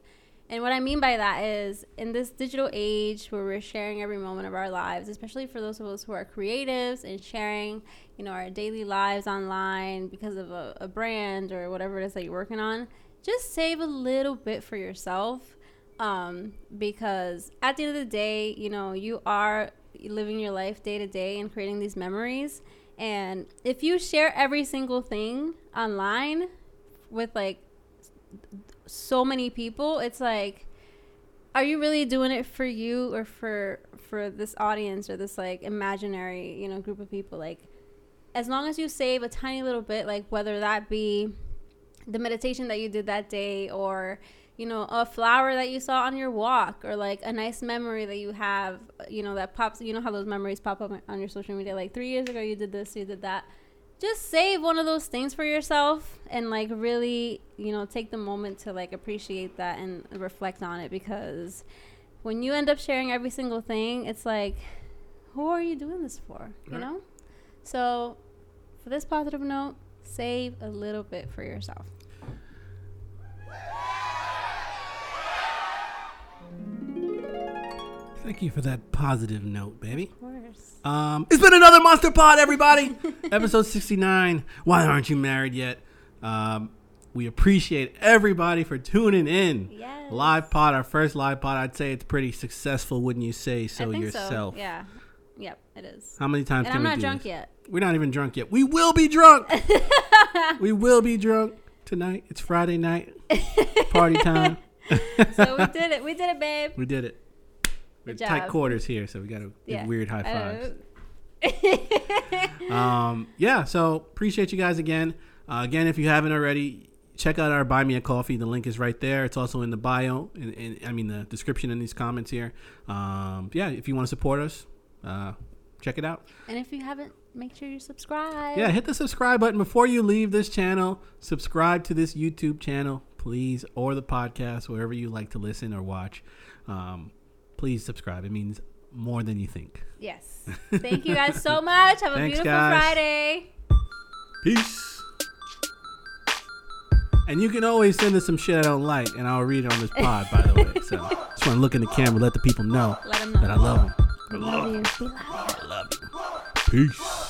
And what I mean by that is, in this digital age where we're sharing every moment of our lives, especially for those of us who are creatives and sharing, you know, our daily lives online because of a, a brand or whatever it is that you're working on, just save a little bit for yourself. Um, because at the end of the day, you know, you are living your life day to day and creating these memories. And if you share every single thing online with like so many people it's like are you really doing it for you or for for this audience or this like imaginary you know group of people like as long as you save a tiny little bit like whether that be the meditation that you did that day or you know a flower that you saw on your walk or like a nice memory that you have you know that pops you know how those memories pop up on your social media like 3 years ago you did this you did that just save one of those things for yourself and like really you know take the moment to like appreciate that and reflect on it because when you end up sharing every single thing it's like who are you doing this for you
Right.
know so for this positive note save a little bit for yourself
Thank you for that positive note, baby.
of course
Um, it's been another Monster Pod, everybody. Episode 69. Why aren't you married yet? Um, we appreciate everybody for tuning in.
Yes.
Live pod, our first live pod. I'd say it's pretty successful, wouldn't you say so yourself?
yeah yep it is
How many times
and
can
i'm
we
not
do
drunk
this?
yet
We're not even drunk yet. We will be drunk. we will be drunk tonight. It's Friday night. Party time.
so we did it we did it babe
We did it. We're
Good
tight
job.
quarters here, so we got to
yeah
give weird high
I don't
fives.
know.
um, yeah, so appreciate you guys again. Uh, again, if you haven't already, check out our Buy Me a Coffee. The link is right there. It's also in the bio, and, and I mean the description in these comments here. Um, yeah, if you want to support us, uh, check it out.
and if you haven't make sure you subscribe
Yeah, hit the subscribe button before you leave this channel. Subscribe to this YouTube channel, please, or the podcast, wherever you like to listen or watch. Um, please subscribe. It means more than you think.
Yes. Thank you guys so much. Have a
Thanks,
beautiful
guys.
Friday.
Peace. And you can always send us some shit I don't like, and I'll read it on this pod, by the way. So just want to look in the camera, let the people know
Let them know.
that I love them.
Love you.
I love you. Peace.